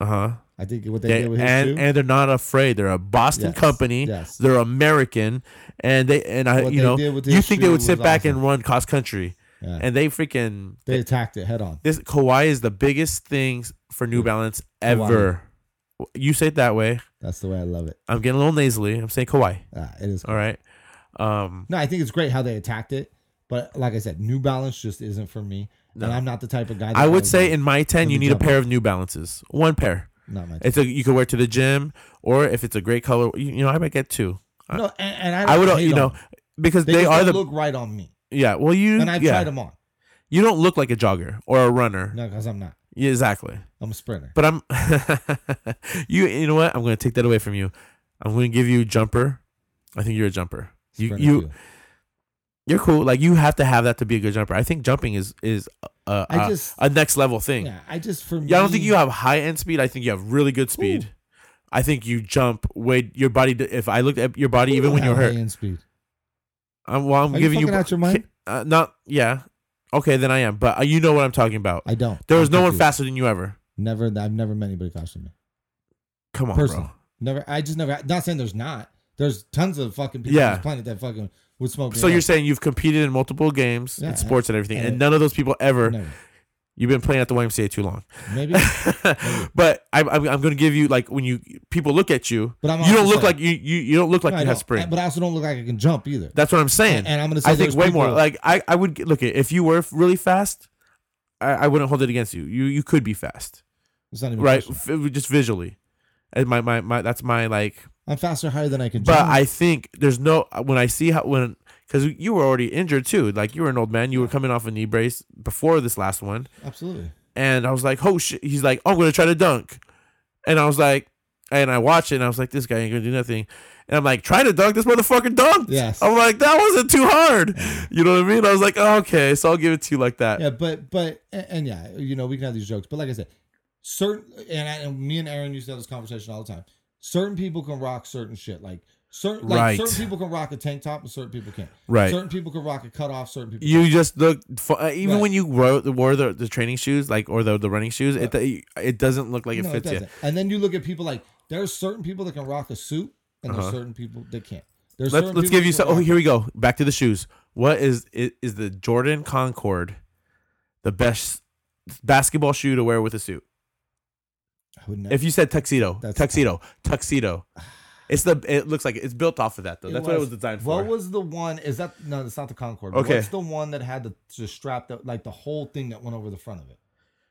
Speaker 1: Uh huh.
Speaker 2: I think what they
Speaker 1: They,
Speaker 2: did
Speaker 1: and
Speaker 2: with his shoe.
Speaker 1: and they're not afraid. They're a Boston
Speaker 2: Yes,
Speaker 1: company.
Speaker 2: yes.
Speaker 1: They're American, and they and I
Speaker 2: What
Speaker 1: you
Speaker 2: they
Speaker 1: know
Speaker 2: did with
Speaker 1: you
Speaker 2: his
Speaker 1: think they
Speaker 2: shoe
Speaker 1: would sit
Speaker 2: was
Speaker 1: back and
Speaker 2: awesome.
Speaker 1: run cross country,
Speaker 2: Yeah.
Speaker 1: and they freaking
Speaker 2: They attacked it head on.
Speaker 1: this Kawhi is the biggest thing for New Balance ever. You say it that way.
Speaker 2: That's the way I love it.
Speaker 1: I'm getting a little nasally. I'm saying Kawhi.
Speaker 2: Ah, it is.
Speaker 1: All right. Um,
Speaker 2: No, I think it's great how they attacked it. But like I said, New Balance just isn't for me.
Speaker 1: No.
Speaker 2: And I'm not the type of guy. that
Speaker 1: I would
Speaker 2: goes
Speaker 1: say
Speaker 2: out-
Speaker 1: in my ten,
Speaker 2: Let
Speaker 1: you
Speaker 2: me
Speaker 1: need a
Speaker 2: jump.
Speaker 1: pair of New Balances. One pair.
Speaker 2: not my.
Speaker 1: It's a you could wear it to the gym, or if it's a great color, you, you know, I might get two. I-
Speaker 2: no, and, and I,
Speaker 1: I
Speaker 2: don't
Speaker 1: would,
Speaker 2: hate
Speaker 1: you
Speaker 2: on
Speaker 1: know,
Speaker 2: them.
Speaker 1: because
Speaker 2: they,
Speaker 1: they,
Speaker 2: just
Speaker 1: are
Speaker 2: don't
Speaker 1: the
Speaker 2: look right on me,
Speaker 1: yeah. Well, you
Speaker 2: and I've
Speaker 1: yeah,
Speaker 2: tried them on.
Speaker 1: you don't look like a jogger or a runner.
Speaker 2: No, because I'm not.
Speaker 1: Yeah, exactly.
Speaker 2: I'm a sprinter.
Speaker 1: But I'm [laughs] you. You know what? I'm going to take that away from you. I'm going to give you jumper. I think you're a jumper. You
Speaker 2: Sprinter
Speaker 1: you
Speaker 2: too.
Speaker 1: you're cool. Like you have to have that to be a good jumper. I think jumping is is a a,
Speaker 2: I just-
Speaker 1: a next level thing.
Speaker 2: Yeah, I just for.
Speaker 1: uh, Yeah, I don't think
Speaker 2: me-
Speaker 1: you have high end speed. I think you have really good speed. I think you jump way your body. d- If I looked at your body,
Speaker 2: you
Speaker 1: even
Speaker 2: don't
Speaker 1: when you're
Speaker 2: have
Speaker 1: hurt,
Speaker 2: high-end speed.
Speaker 1: I'm, well, I'm
Speaker 2: Are you
Speaker 1: giving you,
Speaker 2: fucking out your mind?
Speaker 1: Uh, not yeah. Okay, then I am. But uh, you know what I'm talking about.
Speaker 2: I don't.
Speaker 1: There
Speaker 2: I'm
Speaker 1: was no one
Speaker 2: confused.
Speaker 1: faster than you ever.
Speaker 2: Never. I've never met anybody faster than me.
Speaker 1: Come on,
Speaker 2: Person.
Speaker 1: bro.
Speaker 2: Never. I just never. Not saying there's not. There's tons of fucking people
Speaker 1: Yeah.
Speaker 2: on this planet that fucking would smoke. me
Speaker 1: So you're
Speaker 2: up.
Speaker 1: saying you've competed in multiple games
Speaker 2: Yeah,
Speaker 1: and sports and everything,
Speaker 2: and-
Speaker 1: and none of those people ever.
Speaker 2: Never.
Speaker 1: You've been playing at the YMCA too
Speaker 2: [laughs]
Speaker 1: long. [laughs]
Speaker 2: Maybe.
Speaker 1: but I'm, I'm, I'm going to give you like when you people look at you,
Speaker 2: But I'm
Speaker 1: you don't
Speaker 2: also
Speaker 1: look
Speaker 2: saying-
Speaker 1: like you you, you don't look like
Speaker 2: No, I
Speaker 1: you have
Speaker 2: don't.
Speaker 1: spring.
Speaker 2: But I also don't look like I can jump either.
Speaker 1: That's what I'm saying.
Speaker 2: And, and I'm gonna say
Speaker 1: I think
Speaker 2: there's
Speaker 1: way more.
Speaker 2: people-
Speaker 1: Like I, I would look at if you were really fast, I, I wouldn't hold it against you. You you could be fast,
Speaker 2: it's not even
Speaker 1: right?
Speaker 2: right.
Speaker 1: F- just visually, and my, my my that's my like.
Speaker 2: I'm faster, higher than I can
Speaker 1: But
Speaker 2: jump.
Speaker 1: I think there's no when I see how when because you were already injured too. Like you were an old man. You were coming off a knee brace before this last one,
Speaker 2: Absolutely.
Speaker 1: and I was like, oh shit. He's like, I'm gonna try to dunk, and I was like. And I watched it and I was like, this guy ain't gonna do nothing. And I'm like, try to dunk, this motherfucker dunked.
Speaker 2: Yes.
Speaker 1: I'm like, that wasn't too hard. You know what I mean? I was like, oh, okay, so I'll give it to you like that.
Speaker 2: Yeah, but but and, and yeah, you know, we can have these jokes. But like I said, certain and, I, and me and Aaron used to have this conversation all the time. Certain people can rock certain shit. Like certain like
Speaker 1: Right.
Speaker 2: certain people can rock a tank top and certain people can't.
Speaker 1: Right.
Speaker 2: Certain people can rock a cutoff, certain people
Speaker 1: you just look fu- uh, even
Speaker 2: Right.
Speaker 1: when you wore, wore the, the training shoes like or the, the running shoes it it doesn't look like it
Speaker 2: No,
Speaker 1: fits you
Speaker 2: doesn't. And then you look at people like there's certain people that can rock a suit and
Speaker 1: Uh-huh.
Speaker 2: there's certain people that can't. There's
Speaker 1: let's
Speaker 2: certain
Speaker 1: let's
Speaker 2: people
Speaker 1: give you
Speaker 2: that
Speaker 1: some. Oh,
Speaker 2: rock-
Speaker 1: here we go. Back to the shoes. What is is, is the Jordan Concord the best basketball shoe to wear with a suit?
Speaker 2: I would never-
Speaker 1: If you said tuxedo,
Speaker 2: That's-
Speaker 1: tuxedo, tuxedo, it's the. It looks like it's built off of that though.
Speaker 2: It
Speaker 1: That's what it was
Speaker 2: was.
Speaker 1: designed for.
Speaker 2: What was the one? Is that no? It's not the Concorde. but
Speaker 1: Okay.
Speaker 2: What's the one that had the, the strap that like the whole thing that went over the front of it?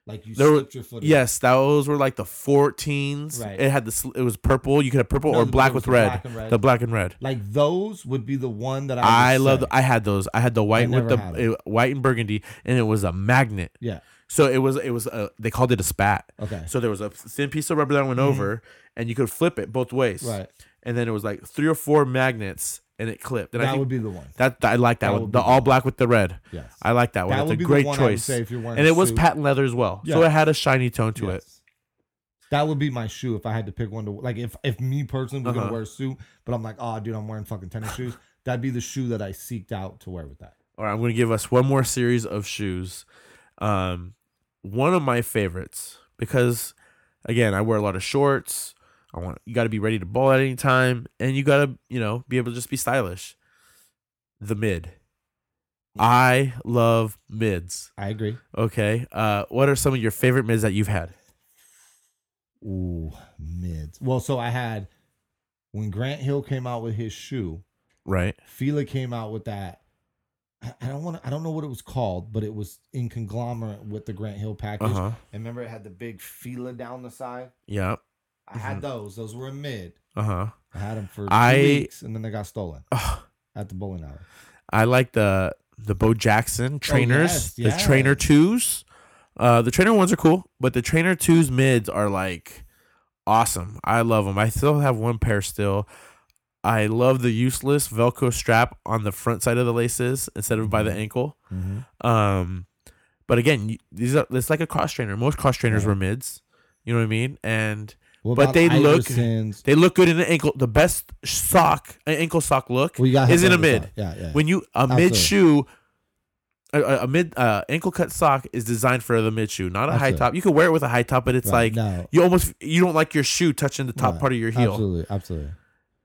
Speaker 2: Like you
Speaker 1: There were-
Speaker 2: slipped your foot. in.
Speaker 1: Yes, those were like the 14s.
Speaker 2: Right.
Speaker 1: It had the sl- it was purple. You could have purple
Speaker 2: No,
Speaker 1: or
Speaker 2: the-
Speaker 1: black
Speaker 2: there was
Speaker 1: with
Speaker 2: the
Speaker 1: red.
Speaker 2: black and red.
Speaker 1: The black and red.
Speaker 2: Like those would be the one that I. Would
Speaker 1: I love.
Speaker 2: say.
Speaker 1: I had those. I had the white with
Speaker 2: never had
Speaker 1: the uh, white and burgundy, and it was a magnet.
Speaker 2: yeah.
Speaker 1: So it was. It was. A, they called it a spat.
Speaker 2: Okay.
Speaker 1: So there was a thin piece of rubber that went over, and you could flip it both ways.
Speaker 2: Mm-hmm. Right.
Speaker 1: And then it was like three or four magnets, and it clipped. And I
Speaker 2: that
Speaker 1: think
Speaker 2: would be the one.
Speaker 1: that, that- I like that,
Speaker 2: that
Speaker 1: one.
Speaker 2: would
Speaker 1: The
Speaker 2: be
Speaker 1: all black with the red.
Speaker 2: Yes.
Speaker 1: I like that one.
Speaker 2: That
Speaker 1: That's
Speaker 2: would
Speaker 1: a
Speaker 2: be the
Speaker 1: great
Speaker 2: one I would
Speaker 1: choice.
Speaker 2: say if you're wearing
Speaker 1: and
Speaker 2: a
Speaker 1: it was
Speaker 2: suit.
Speaker 1: patent leather as well, so
Speaker 2: Yeah.
Speaker 1: it had a shiny tone to it.
Speaker 2: Yes. That would be my shoe if I had to pick one to like if if me personally was
Speaker 1: Uh-huh.
Speaker 2: gonna wear a suit, but I'm like, oh dude, I'm wearing fucking tennis shoes. That'd be the shoe that I seeked out to wear with that.
Speaker 1: All right, I'm going to give us one more series of shoes. Um, one of my favorites because, again, I wear a lot of shorts. I want you got to be ready to ball at any time, and you got to you know be able to just be stylish. The mid, I love mids.
Speaker 2: I agree.
Speaker 1: Okay, uh, what are some of your favorite mids that you've had?
Speaker 2: Ooh, mids. Well, so I had when Grant Hill came out with his shoe,
Speaker 1: Right,
Speaker 2: Fila came out with that. I- I don't want to. I don't know what it was called, but it was in conglomerate with the Grant Hill package.
Speaker 1: uh huh,
Speaker 2: And remember, it had the big Fila down the side.
Speaker 1: yeah,
Speaker 2: I had those. Those were a mid.
Speaker 1: uh huh.
Speaker 2: I had them for two
Speaker 1: Mm-hmm. I-
Speaker 2: weeks, and then they got stolen
Speaker 1: Ugh.
Speaker 2: at the bowling alley.
Speaker 1: I like the the Bo Jackson trainers,
Speaker 2: Oh, yes,
Speaker 1: the
Speaker 2: yes.
Speaker 1: trainer twos. Uh, the trainer ones are cool, but the trainer twos mids are like awesome. I love them. I still have one pair still. I love the useless Velcro strap on the front side of the laces instead of by
Speaker 2: Mm-hmm.
Speaker 1: the ankle. Um, but again, you- these are it's like a cross trainer. Most cross trainers
Speaker 2: Right.
Speaker 1: were mids. You know what I mean? And
Speaker 2: What
Speaker 1: But
Speaker 2: about
Speaker 1: they look-
Speaker 2: Iversons?
Speaker 1: they look good in an ankle. The best sock, an ankle sock look,
Speaker 2: Well, you gotta have
Speaker 1: is in a
Speaker 2: those
Speaker 1: mid
Speaker 2: side. Yeah, yeah.
Speaker 1: when you a mid shoe a, a a mid uh, ankle cut sock is designed for the mid shoe not a high
Speaker 2: Absolutely.
Speaker 1: top you can wear it with a high top but it's like
Speaker 2: Right, no.
Speaker 1: you almost you don't like your shoe touching the top
Speaker 2: Right.
Speaker 1: part of your heel
Speaker 2: Absolutely, absolutely.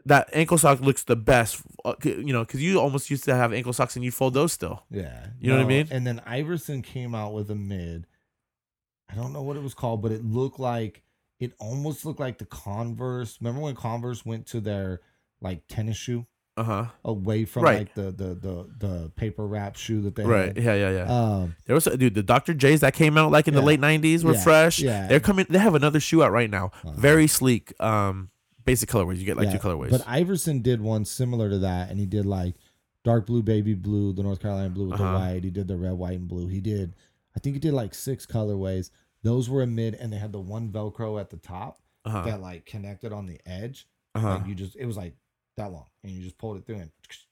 Speaker 1: that ankle sock looks the best uh, c- you know because you almost used to have ankle socks and you fold those still
Speaker 2: Yeah.
Speaker 1: You know what I mean?
Speaker 2: And then Iverson came out with a mid. I don't know what it was called, but it looked like it almost looked like the Converse. Remember when Converse went to their like tennis shoe
Speaker 1: uh-huh
Speaker 2: away from
Speaker 1: Right.
Speaker 2: like the the the the paper wrap shoe that they
Speaker 1: right
Speaker 2: had?
Speaker 1: yeah yeah yeah
Speaker 2: Um,
Speaker 1: there was a, dude the dr j's that came out like in the
Speaker 2: Yeah.
Speaker 1: late 90s were
Speaker 2: Yeah,
Speaker 1: fresh
Speaker 2: yeah.
Speaker 1: they're coming they have another shoe out right now
Speaker 2: Uh-huh.
Speaker 1: very sleek um basic colorways you get like
Speaker 2: yeah.
Speaker 1: two colorways
Speaker 2: But Iverson did one similar to that, and he did like dark blue, baby blue, the North Carolina blue with
Speaker 1: Uh-huh.
Speaker 2: the white. He did the red, white, and blue. He did, I think he did like six colorways. Those were a mid, and they had the one Velcro at the top.
Speaker 1: uh-huh,
Speaker 2: that like connected on the edge.
Speaker 1: uh-huh.
Speaker 2: Like you just it was like that long, and you just pulled it through, and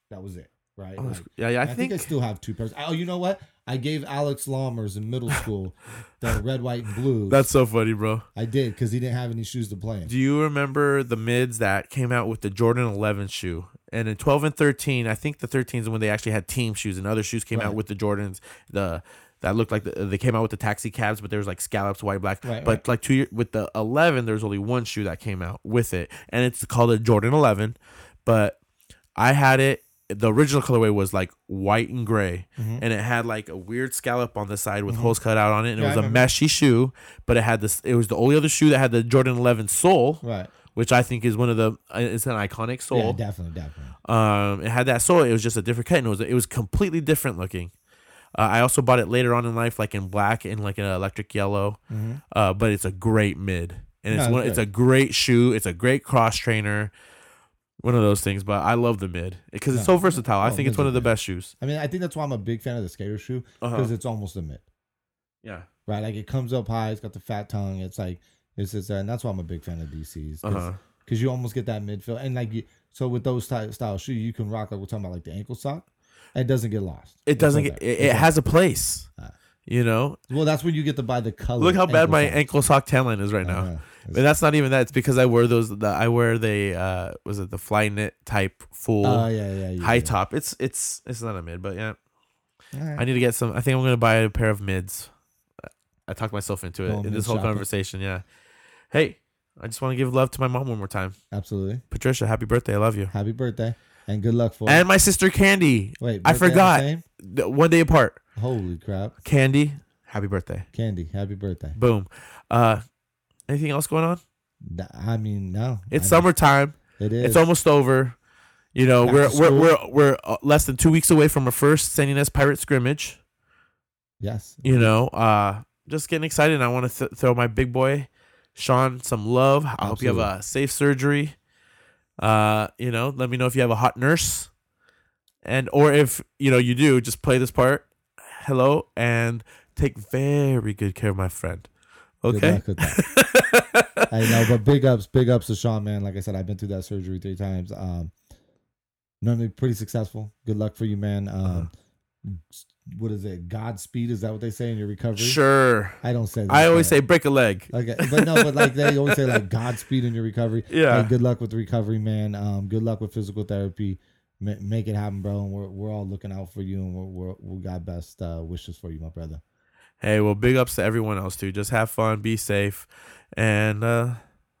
Speaker 2: that was it, right?
Speaker 1: Oh, that's-
Speaker 2: Like,
Speaker 1: yeah, yeah, I,
Speaker 2: I, think, I still have two pairs. Oh, you know what? I gave Alex Lammers
Speaker 1: [laughs]
Speaker 2: in middle school the red, white, and blue.
Speaker 1: that's so funny, bro.
Speaker 2: I did because he didn't have any shoes to play in.
Speaker 1: Do you remember the mids that came out with the Jordan 11 shoe? And in 12 and 13, I think the 13s is when they actually had team shoes, and other shoes came out
Speaker 2: Right.
Speaker 1: with the Jordans. The that looked like the, they came out with the taxi cabs, but there was like scallops, white, black.
Speaker 2: Right,
Speaker 1: but like two year, with the 11, there's only one shoe that came out with it, and it's called a Jordan 11. But I had it. The original colorway was like white and gray,
Speaker 2: Mhm.
Speaker 1: and it had like a weird scallop on the side with
Speaker 2: Mhm.
Speaker 1: holes cut out on it, and
Speaker 2: Yeah,
Speaker 1: it
Speaker 2: I
Speaker 1: was a
Speaker 2: remember.
Speaker 1: meshy shoe. But it had this. It was the only other shoe that had the Jordan 11 sole
Speaker 2: Right?
Speaker 1: which I think is one of the uh, it's an iconic
Speaker 2: Yeah,
Speaker 1: soul.
Speaker 2: definitely, definitely.
Speaker 1: um, it had that soul. It was just a different cut, and it was it was completely different looking. Uh, I also bought it later on in life, like in black and like an electric yellow.
Speaker 2: Mhm.
Speaker 1: Uh, but it's a great mid, and it's
Speaker 2: No,
Speaker 1: one.
Speaker 2: it's
Speaker 1: It's a great shoe. It's a great cross trainer. One of those things, but I love the mid because it's
Speaker 2: No,
Speaker 1: so versatile. I
Speaker 2: no,
Speaker 1: think it's
Speaker 2: mids
Speaker 1: one
Speaker 2: are
Speaker 1: of the
Speaker 2: great.
Speaker 1: best shoes.
Speaker 2: I mean, I think that's why I'm a big fan of the skater shoe
Speaker 1: Uh-huh.
Speaker 2: because it's almost a mid,
Speaker 1: Yeah,
Speaker 2: right? Like it comes up high, it's got the fat tongue. It's like it's just, and that's why I'm a big fan of DCs. 'cause
Speaker 1: uh-huh.
Speaker 2: because you almost get that midfield and like you, so with those type style shoe you can rock like we're talking about like the ankle sock and it doesn't get lost
Speaker 1: it
Speaker 2: It's
Speaker 1: doesn't.
Speaker 2: still
Speaker 1: Get,
Speaker 2: there.
Speaker 1: it,
Speaker 2: It's
Speaker 1: it
Speaker 2: there.
Speaker 1: has a place,
Speaker 2: Uh.
Speaker 1: you know.
Speaker 2: well that's when you get to buy the color
Speaker 1: Look how bad my
Speaker 2: sock.
Speaker 1: ankle sock tan line is right now.
Speaker 2: Uh-huh.
Speaker 1: And that's not even that. It's because I wear those. The, I wear the uh, was it the fly knit type full
Speaker 2: oh yeah yeah, yeah
Speaker 1: high
Speaker 2: yeah.
Speaker 1: top. It's it's it's not a mid, but yeah,
Speaker 2: Alright.
Speaker 1: I need to get some. I think I'm gonna buy a pair of mids. I- I talked myself into it
Speaker 2: Going
Speaker 1: in
Speaker 2: mid
Speaker 1: this whole
Speaker 2: shopping.
Speaker 1: conversation. Yeah. Hey, I just want to give love to my mom one more time.
Speaker 2: Absolutely.
Speaker 1: Patricia, happy birthday. I love you.
Speaker 2: Happy birthday and good luck for it.
Speaker 1: And my sister Candy.
Speaker 2: Wait,
Speaker 1: I
Speaker 2: birthday on the
Speaker 1: forgot.
Speaker 2: same?
Speaker 1: Th- One day apart.
Speaker 2: Holy crap.
Speaker 1: Candy, happy birthday.
Speaker 2: Candy, happy birthday.
Speaker 1: Boom. Uh anything else going on?
Speaker 2: Th- I mean, no.
Speaker 1: It's
Speaker 2: I mean,
Speaker 1: summertime.
Speaker 2: It is.
Speaker 1: It's almost over. You know,
Speaker 2: Back
Speaker 1: we're
Speaker 2: to
Speaker 1: we're,
Speaker 2: school.
Speaker 1: we're we're uh, less than 2 weeks away from our first sending us pirate scrimmage,
Speaker 2: yes.
Speaker 1: you know. Uh just getting excited. I want to th- throw my big boy Sean some love. I hope you have
Speaker 2: Absolutely.
Speaker 1: a safe surgery. Uh, you know, let me know if you have a hot nurse. And or if, you know, you do, just play this part. Hello and take very good care of my friend. [laughs]
Speaker 2: Good
Speaker 1: Okay?
Speaker 2: luck with that. I know, but big ups, big ups to Sean, man. Like I said, I've been through that surgery three times. Um, normally pretty successful. Good luck for you, man. Um,
Speaker 1: Uh-huh.
Speaker 2: what is it? Godspeed? Is that what they say in your recovery?
Speaker 1: Sure.
Speaker 2: I don't say. That,
Speaker 1: I always
Speaker 2: but-
Speaker 1: say break a leg.
Speaker 2: Okay, but no, but like they always say, like Godspeed in your recovery.
Speaker 1: [laughs] Yeah.
Speaker 2: Hey, good luck with the recovery, man. Um, good luck with physical therapy. Ma- make it happen, bro. And we're we're all looking out for you, and we're, we're we got best uh, wishes for you, my brother.
Speaker 1: Hey, well, big ups to everyone else too. Just have fun, be safe, and uh,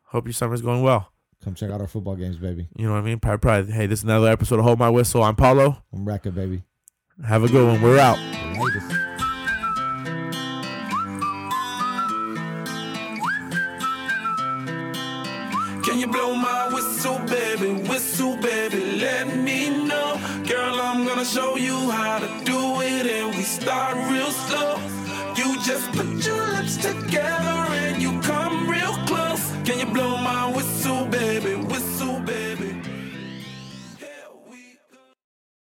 Speaker 1: hope your summer's going well.
Speaker 2: Come check out our football games, baby.
Speaker 1: You know what I mean? Pride, pride. Hey, this is another episode of Hold My Whistle. I'm Paulo.
Speaker 2: I'm racking, baby.
Speaker 1: Have a good one. We're out.
Speaker 2: Latest.
Speaker 3: Can you blow my whistle, baby? Whistle, baby, let me know. Girl, I'm gonna show you how to do it, and we start real slow. You just put your lips together and you come real close. Can you blow my whistle, baby? Whistle.